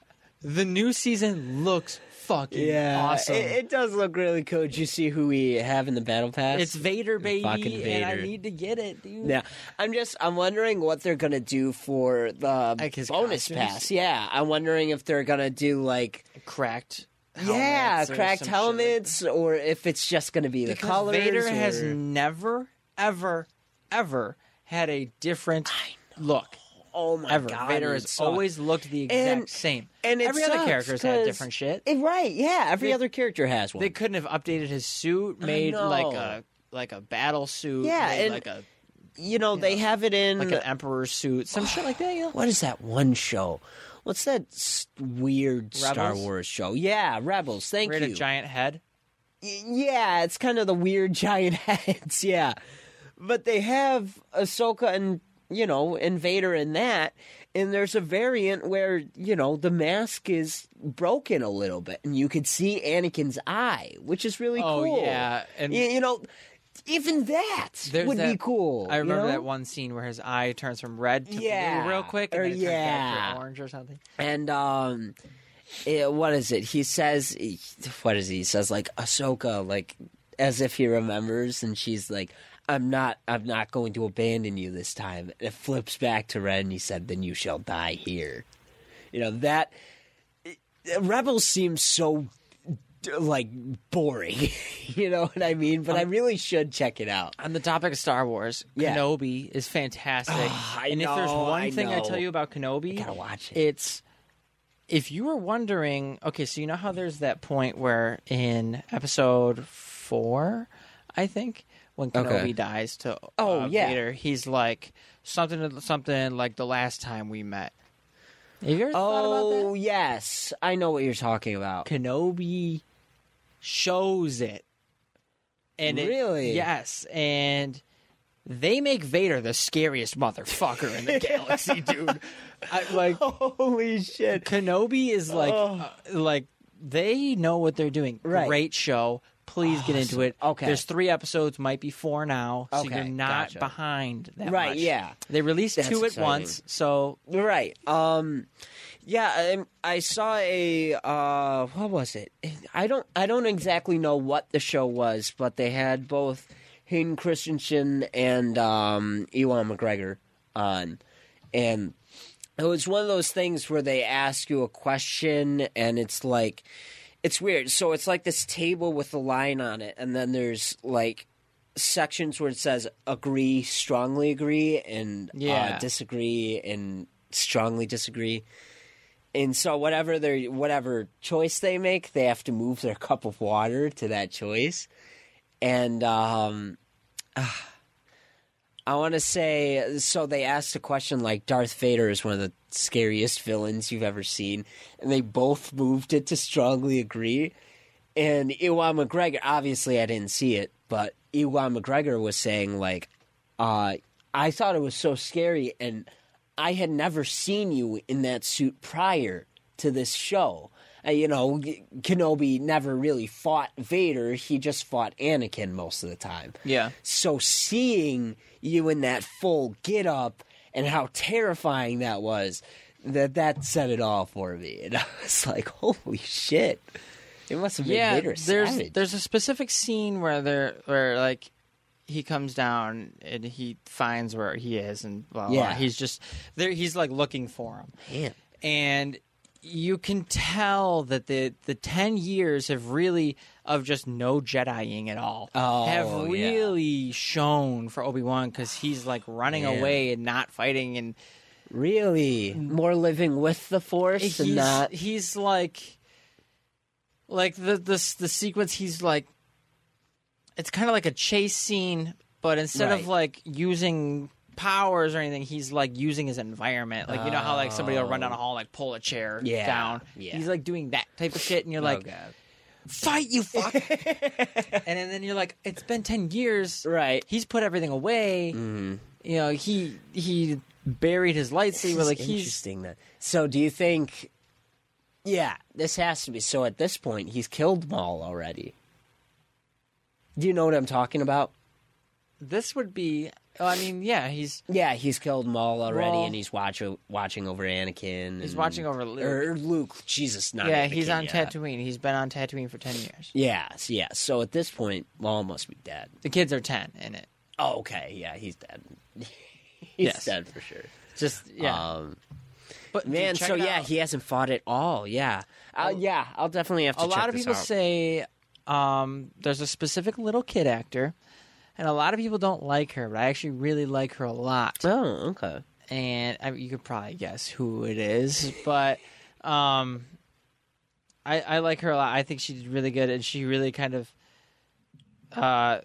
the new season looks fucking
yeah.
awesome.
It, it does look really cool. Did you see who we have in the battle pass?
it's Vader baby
Fucking
and I
Vader.
need to get it, dude.
Yeah, I'm just I'm wondering what they're gonna do for the
Like his
bonus
costumes?
pass. Yeah, I'm wondering if they're gonna do like
Cracked.
yeah
helmets or
cracked
some shit like
helmets or if it's just gonna be the
Because
colors.
Vader has
or-
never ever ever had a different look.
oh my
Ever.
god,
Vader
it
has
sucks.
always looked the exact
And-
same.
and it
every other
sucks
character's had
'cause
different shit.
Eh, right. Yeah, every
They-
other character has one.
They couldn't have updated his suit, made
know.
like a like a battle suit,
Yeah,
made
and-
like a
you know, they have it in
like an emperor suit, some shit like that. You know?
what is that one show? What's that s- weird Star
Rebels?
Wars show? Yeah, Rebels. Thank
Great a
you.
giant head.
Y- yeah, it's kind of the weird giant heads, yeah. But they have Ahsoka and you know Invader in that, and there's a variant where you know the mask is broken a little bit, and you could see Anakin's eye, which is really
Oh,
cool.
yeah, and-
Y- you, know, even that
There's
would be
that-
cool.
I
you
remember
know?
that one scene where his eye turns from red to
Yeah,
blue real quick, and
or
then it turns back
yeah.
to orange or something.
And um, it, what is it? He says, what is he? he says like Ahsoka, like as if he remembers, and she's like, "I'm not, I'm not going to abandon you this time." And it flips back to Ren. and He said, "Then you shall die here." You know that eh, Rebels seems so like boring. you know what I mean? But I
Um,
really should check it out.
On the topic of Star Wars,
Yeah.
Kenobi is fantastic.
I
and if there's
know,
one
I
thing I
know.
tell you about Kenobi,
gotta watch it.
It's if you were wondering, okay, so you know how there's that point where in episode four, I think, when Kenobi
Okay.
dies to
Oh,
uh,
yeah.
Vader, he's like something something like the last time we met. Have you ever thought about that?
Oh yes, I know what you're talking about.
Kenobi shows it. And it-
Really?
yes, and they make Vader the scariest motherfucker in the galaxy, dude. I, like
Holy shit!
Kenobi is like uh, like they know what they're doing.
Oh. Right.
Great show. Please get into it.
Okay.
There's three episodes, might be four now, so
Okay,
you're not
gotcha.
behind that
Right,
much.
yeah.
They released
That's
two at
exciting.
once, so
Right. Um yeah, I, I saw a uh what was it? I don't I don't exactly know what the show was, but they had both Hayden Christensen and um Ewan McGregor on and it was one of those things where they ask you a question and it's like it's weird. So it's like this table with a line on it and then there's like sections where it says agree, strongly agree and
Yeah.
uh, disagree and strongly disagree. And so whatever their whatever choice they make, they have to move their cup of water to that choice. And um ah, I want to say so they asked a question like Darth Vader is one of the scariest villains you've ever seen and they both moved it to strongly agree. And Ewan McGregor obviously I didn't see it, but Ewan McGregor was saying like uh, I thought it was so scary, and I had never seen you in that suit prior to this show. Uh, you know, G- Kenobi never really fought Vader; he just fought Anakin most of the time.
Yeah.
So seeing you in that full get up and how terrifying that was, that that said it all for me. And I was like, "Holy shit!" It must have been Vader
there's
savage.
there's a specific scene where they're where like he comes down and he finds where he is and blah blah.
Yeah.
He's just there. He's like looking for him,
Damn.
and you can tell that the the ten years have really of just no Jediing at all
Oh,
have
yeah.
really shown for Obi Wan because he's like running
Yeah.
away and not fighting and
Really? More living with the force
he's,
and not
he's like like the this the sequence he's like it's kind of like a chase scene but instead of
Right.
like using powers or anything he's like using his environment like you know how like somebody will run down a hall like pull a chair
Oh. Yeah,
down
yeah.
he's like doing that type of shit and
Oh,
you're like fight you fuck and, then you're like it's been 10 years
Right. Mm-hmm.
he's put everything away you know he he buried his
This
lightsaber
is
like he's
interesting that. So do you think? Yeah, this has to be. So at this point, he's killed Maul already. Do you know what I'm talking about?
this would be oh, i mean yeah he's
Yeah, he's killed Maul already,
Maul.
and he's watch, watching over Anakin.
He's
and-
watching over Luke.
Or Luke. Jesus, not
yeah
Anakin
he's on
yet.
tatooine he's been on tatooine for 10 years
Yeah, s- yeah. So at this point, Maul must be dead.
the kids are 10 in it
Oh, okay. Yeah, he's dead. he's
Yes.
dead for sure.
just yeah
Um,
but
man,
check
so
it
yeah,
out.
he hasn't fought at all. Yeah, uh, yeah. I'll definitely have to.
a lot
check
of
this
people
out.
say um, there's a specific little kid actor and a lot of people don't like her but i actually really like her a lot
Oh, okay.
and I mean, you could probably guess who it is, but um, I I like her a lot. I think she did really good, and she really kind of uh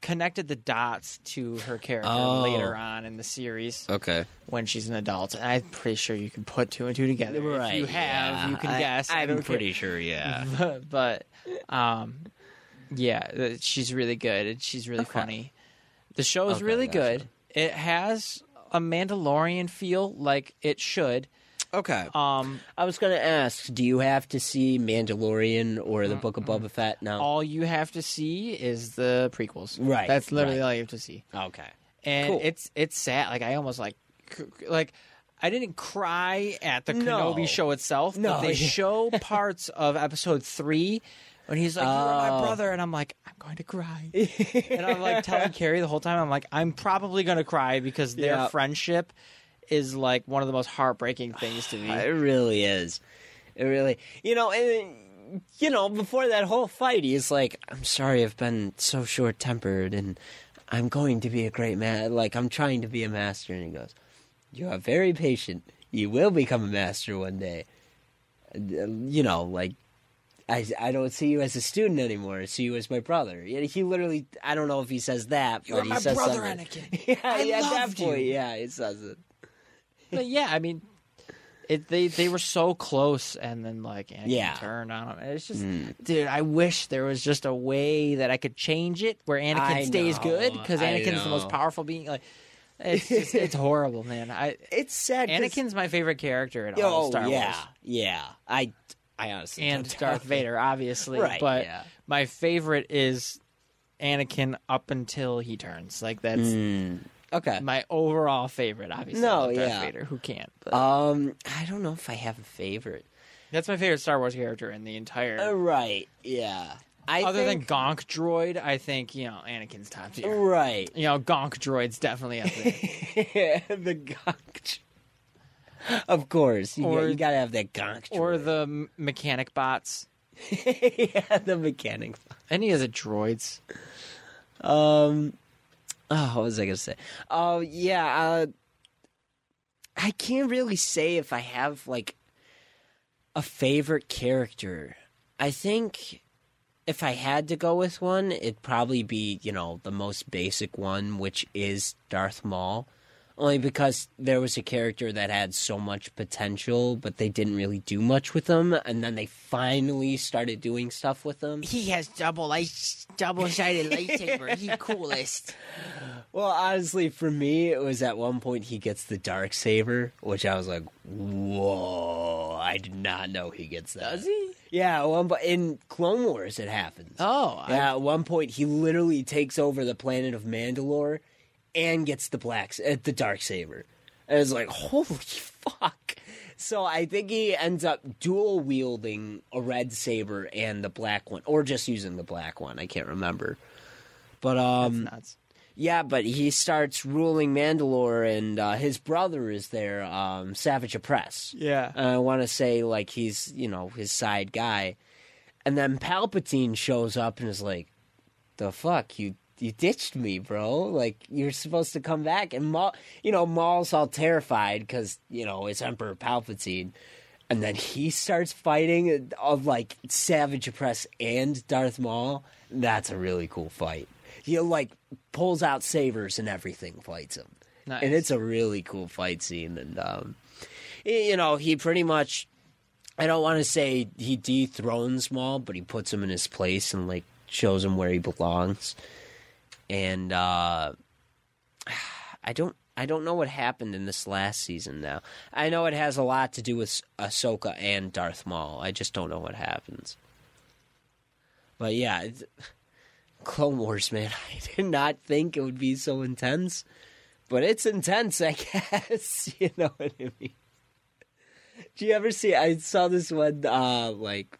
connected the dots to her character
Oh.
later on in the series
Okay.
when she's an adult. And I'm pretty sure you can put two and two together.
Right.
If you have,
yeah.
you can
I-
guess. I
I'm
don't care
pretty sure. Yeah.
but um yeah th- she's really good and she's really funny the show is
Okay,
really
gotcha.
good it has a mandalorian feel like it should
Okay.
um
I was gonna ask, do you have to see Mandalorian or the Book of Boba Fett now?
all you have to see is the prequels
Right,
that's literally
right.
all you have to see
Okay.
and
Cool.
it's it's sad like i almost like c- c- like I didn't cry at the Kenobi
No.
show itself.
No,
but they
yeah.
show parts of episode three when he's like, "You are my
Oh.
brother," and I'm like, "I'm going to cry." and I'm like telling Carrie the whole time, I'm like, I'm probably gonna cry because their
Yeah.
friendship is like one of the most heartbreaking things to
It
me.
really is. It really, you know, and then, you know, before that whole fight, he's like, "I'm sorry, I've been so short tempered, and I'm going to be a great man. Like, I'm trying to be a master." And he goes, "You are very patient. You will become a master one day." And, uh, You know, like. I, I don't see you as a student anymore. I see you as my brother. Yeah, He literally, I don't know if he says that, but
You're
he
my
says
brother,
something.
Anakin.
Yeah,
I
yeah, at
loved
that
you.
point, yeah, he says it.
But yeah, I mean, it, they they were so close, and then like Anakin
Yeah. Hmm.
turned on him. And It's just, dude, I wish there was just a way that I could change it where Anakin
I
stays good
know,
because
I
Anakin's the most
know.
powerful being. Like, it's just, it's horrible, man. I
It's sad. 'cause-
Anakin's my favorite character in all
Oh
of Star
yeah,
Wars.
yeah. I I honestly
and
don't know.
Darth Vader, obviously.
Right,
but
yeah.
my favorite is Anakin up until he turns. Like that's
Okay.
my overall favorite. Obviously,
Hmm. No,
is Darth
yeah.
Vader. Who can't? But
Um, I don't know if I have a favorite.
that's my favorite Star Wars character in the entire.
Uh, right. Yeah. I
other
think,
than Gonk Droid, I think you know Anakin's top tier.
right.
You know, Gonk Droid's definitely up there.
the gonk. Of course, you,
Or-
you gotta have that gonk.
or the m- mechanic bots.
droid. yeah, the mechanics.
Any of the droids.
Um, oh, what was I gonna say? Oh, yeah. Uh, I can't really say if I have like a favorite character. I think if I had to go with one, it'd probably be you know the most basic one, which is Darth Maul. Only because there was a character that had so much potential, but they didn't really do much with him, and then they finally started doing stuff with him.
He has double ice, double sided lightsaber. He coolest.
Well, honestly, for me, it was at one point he gets the dark saber, which I was like, "Whoa!" I did not know he gets that.
Does he?
Yeah, at one po- in Clone Wars, it happens.
Oh, I-
yeah. At one point, he literally takes over the planet of Mandalore and gets the blacks uh, the dark saber. And it's like, holy fuck! So I think he ends up dual wielding a red saber and the black one, or just using the black one. I can't remember. But um,
nuts.
yeah, but he starts ruling Mandalore, and uh, his brother is there, um, Savage Oppress.
Yeah.
And I want to say like he's you know his side guy, and then Palpatine shows up and is like, "The fuck you." You ditched me, bro. Like you're supposed to come back, and Maul, you know Maul's all terrified because you know it's Emperor Palpatine, and then he starts fighting of like Savage Oppress and Darth Maul. That's a really cool fight. He like pulls out sabers and everything, fights him,
Nice.
and it's a really cool fight scene. And um, y- you know, he pretty much I don't want to say he dethrones Maul, but he puts him in his place and like shows him where he belongs. And uh I don't I don't know what happened in this last season now. I know it has a lot to do with Ahsoka and Darth Maul. I just don't know what happens. But yeah, it's- Clone Wars, man. I did not think it would be so intense, but it's intense, I guess. you know what I mean? Do you ever see? I saw this one uh, like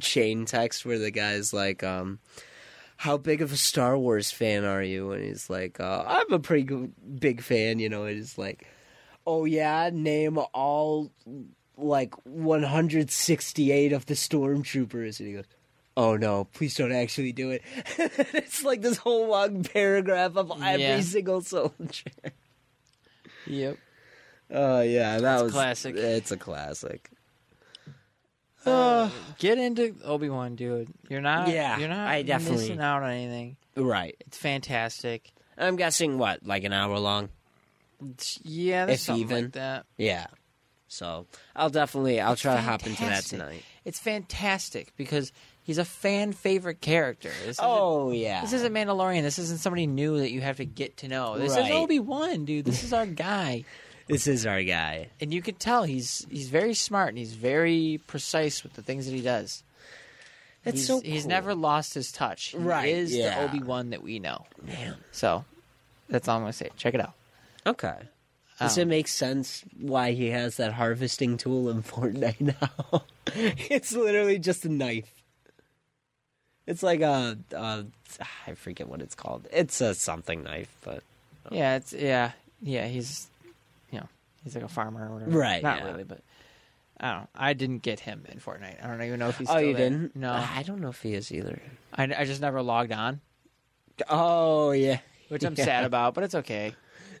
chain text where the guy's like, um, "How big of a Star Wars fan are you?" And he's like, uh, "I'm a pretty go- big fan," you know. And he's like, "Oh yeah, name all like 168 of the stormtroopers," and he goes. Oh no! Please don't actually do it. it's like this whole long paragraph of every
Yeah.
single soldier.
Yep.
Oh yeah, that was
classic.
It's a classic.
Get into Obi Wan, dude. You're not.
Yeah,
You're not.
I definitely-
missing out on anything.
Right.
It's fantastic.
I'm guessing what, like an hour long?
It's- yeah, there's
If
something
even.
like that.
Yeah. So I'll definitely I'll try to hop into that
Fantastic.
tonight.
It's fantastic because he's a fan favorite character. This isn't-
Oh yeah.
This isn't Mandalorian. This isn't somebody new that you have to get to know. This
Right.
is Obi Wan, dude. This is our guy,
this is our guy.
and you can tell he's he's very smart and he's very precise with the things that he does.
That's
he's,
so
He's
cool.
never lost his touch. He
Right,
is
yeah.
the Obi Wan that we know.
Man.
So that's all I'm gonna say. Check it out.
Okay. Oh. Does it make sense why he has that harvesting tool in Fortnite now? it's literally just a knife. It's like a, a I forget what it's called. It's a something knife, but
Yeah, it's yeah, yeah. He's you know he's like a farmer or whatever.
Right,
Not
yeah.
really, but I don't. know. I didn't get him in Fortnite. I don't even know if he's.
oh,
still
you
there.
didn't?
No, I,
I don't know if he is either.
I just never logged on,
Oh yeah,
which I'm
Yeah.
sad about, but it's okay.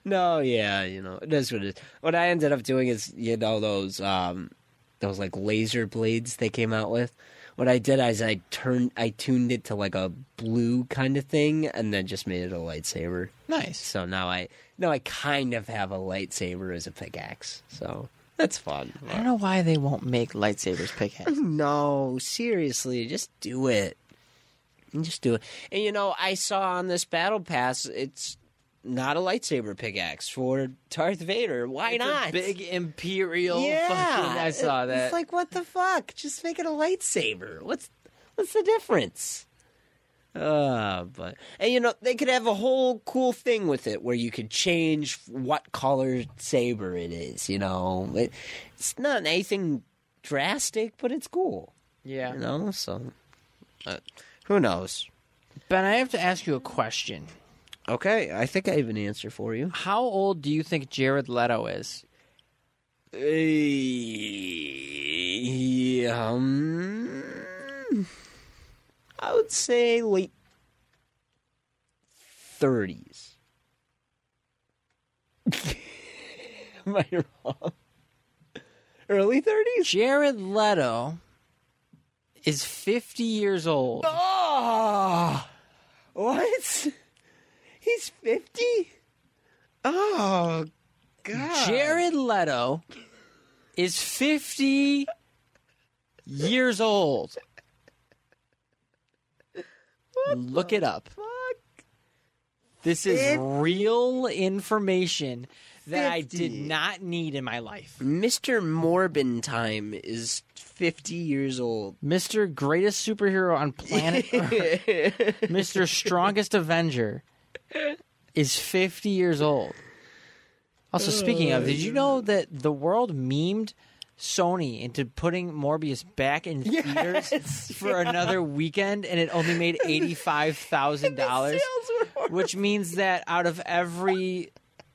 No, yeah, you know, it is what it is. What I ended up doing is, you know, those um those like laser blades they came out with. What I did is I turned I tuned it to like a blue kind of thing and then just made it a lightsaber.
Nice.
So now I now I kind of have a lightsaber as a pickaxe. So that's fun.
I don't know why they won't make lightsabers pickaxe.
No, seriously, just do it. Just do it. And you know, I saw on this battle pass, it's not a lightsaber pickaxe for Darth Vader. Why not?
big imperial
yeah,
fucking. I saw that.
It's like what the fuck? Just make it a lightsaber. What's what's the difference? Uh, but and you know they could have a whole cool thing with it where you could change what color saber it is. You know, it, it's not anything drastic, but it's cool
yeah.
you know so uh, who knows
Ben, I have to ask you a question.
okay i think i have an answer for you
How old do you think Jared Leto is?
Eh, um, i would say late 30s am i wrong early 30s
Jared Leto is 50 years old.
Oh, what? He's 50? Oh, God.
Jared Leto is 50 years old. Look it up.
Fuck.
This is
Fif-
real information that I
50.
did not need in my life.
Mr. Morbin Time is 50 years old.
Mr. Greatest Superhero on Planet Earth, Mr. Strongest Avenger is 50 years old. Also, speaking of, did you know that the world memed Sony into putting Morbius back in theaters
Yes,
for another weekend, and it only made eighty five thousand dollars, which means that out of every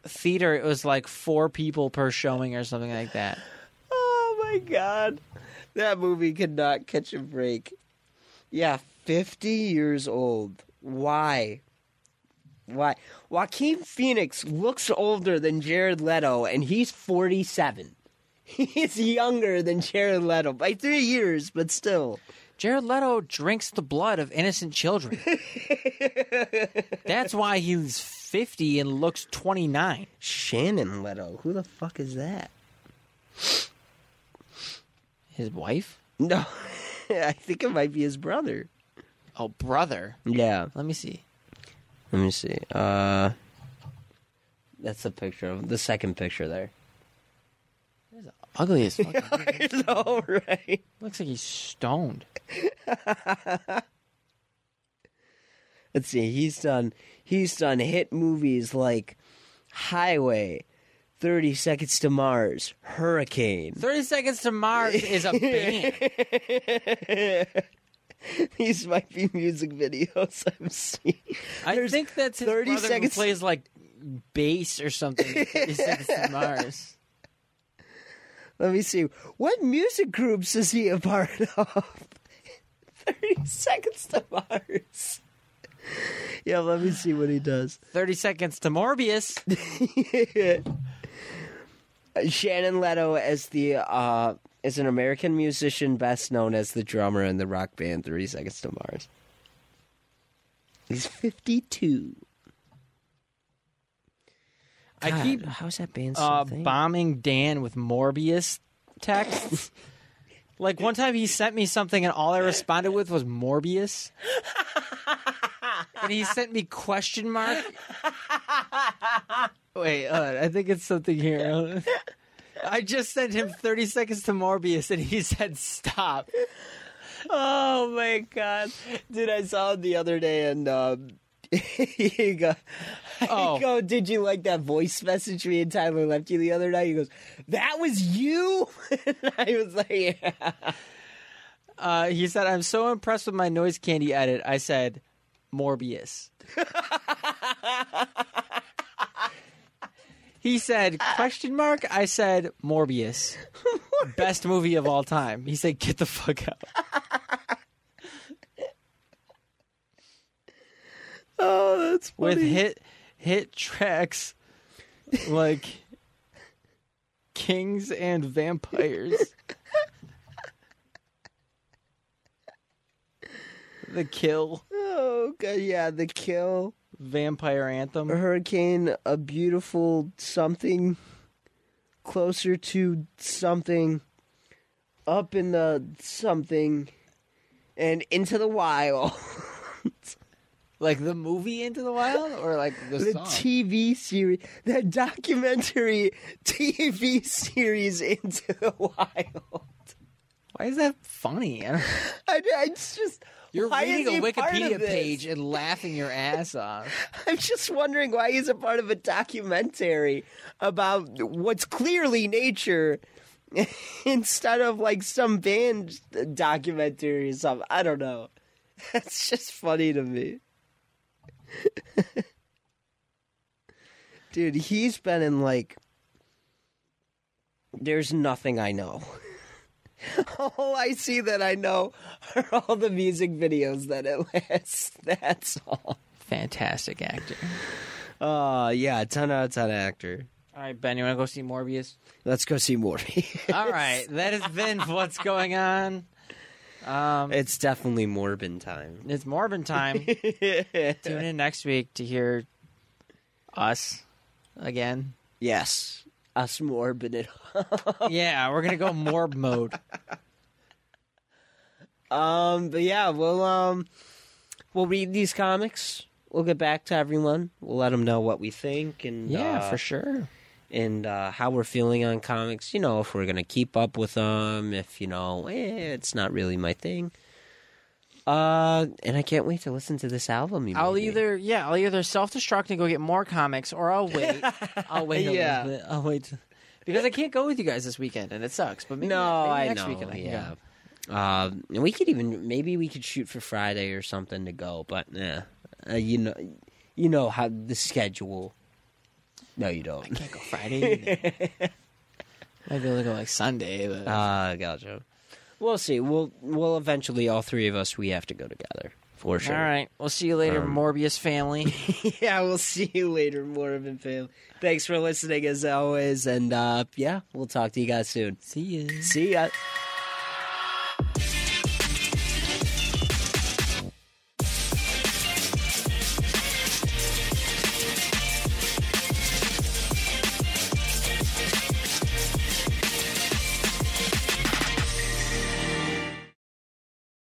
theater, it was like four people per showing or something like that.
Oh my god. That movie could not catch a break. Yeah, 50 years old. Why? Why? Joaquin Phoenix looks older than Jared Leto and he's 47. He's younger than Jared Leto by 3 years, but still.
Jared Leto drinks the blood of innocent children. That's why he's fifty and looks twenty nine.
Shannon Leto. Who the fuck is that?
His wife?
No. I think it might be his brother.
Oh, brother.
Yeah.
Let me see.
Let me see. Uh
That's the picture of the second picture there.
Ugly as fuck.
all Oh, right.
Looks like he's stoned.
let's see he's done he's done hit movies like highway 30 seconds to mars hurricane
Thirty Seconds to Mars is a band.
these might be music videos i've seen
I think that's his
30
brother
seconds-
who plays like bass or something. in 30 Seconds to Mars.
let me see what music groups is he a part of 30 seconds to mars yeah let me see what he does
Thirty Seconds to Morbius.
Shannon Leto as the uh is an American musician best known as the drummer in the rock band Three Seconds to Mars. He's fifty two.
I keep
how's that band
uh, bombing Dan with Morbius texts. like one time he sent me something and all I responded with was Morbius. and he sent me question mark. Wait, uh, I think it's something here. I just sent him 30 seconds to Morbius and he said stop.
oh my god, dude! I saw him the other day and. Um, he go,
Oh.
I go, did you like that voice message me and Tyler left you the other night? He goes, that was you? and I was like, yeah.
Uh, he said, I'm so impressed with my noise candy edit. I said, Morbius. he said, question mark? I said, Morbius. Best movie of all time. He said, get the fuck out.
Oh, that's funny.
With hit hit tracks like Kings and Vampires. the Kill,
Oh, God, yeah, the kill.
Vampire Anthem.
hurricane a beautiful something closer to something up in the something and into the wild
Like the movie Into the Wild, or like the,
the
song?
tv series the documentary tv series into the wild
Why is that funny? I don't-
I, I it's just
You're
why is
reading a
he part of
Wikipedia
this?
page and laughing your ass off.
i'm just wondering why he's a part of a documentary about what's clearly nature instead of like some band documentary or something. I don't know. That's just funny to me. Dude, he's been in like. There's nothing I know. all I see that I know are all the music videos that it lasts. That's all.
Fantastic actor.
Oh, yeah, 10 out of 10 actor.
All right, Ben, you want to go see Morbius?
Let's go see Morbius.
All right, that has been what's going on. Um,
it's definitely Morbin time.
it's Morbin time. Tune in next week to hear us again.
Yes. Us Morbin it
Yeah, we're gonna go Morb mode.
Um, but yeah, we'll um, we'll read these comics. We'll get back to everyone. We'll let them know what we think and
Yeah,
uh,
for sure.
and uh, how we're feeling on comics. You know, if we're gonna keep up with them, if you know, eh, it's not really my thing. Uh, and I can't wait to listen to this album. You
I'll
made me.
either yeah, I'll either self destruct and go get more comics, or I'll wait. I'll wait. A
Yeah.
little bit. I'll wait. because I can't go with you guys this weekend, and it sucks. But maybe,
No,
maybe
I
next
know,
weekend I can
yeah.
go.
Uh,
And we could even
maybe we could shoot for Friday or something to go, but yeah.
uh, you know you know how the schedule. No, you don't.
Can't go Friday. Either. Might be able to go like Sunday, but
Uh, gotcha.
We'll see. We'll
Well, eventually, all three of us, we have to go together. For sure.
all right. We'll see you later, Morbius family.
yeah, we'll see you later, Mormon fam. Thanks for listening as always, and uh, yeah, we'll talk to you guys soon.
see you.
See ya.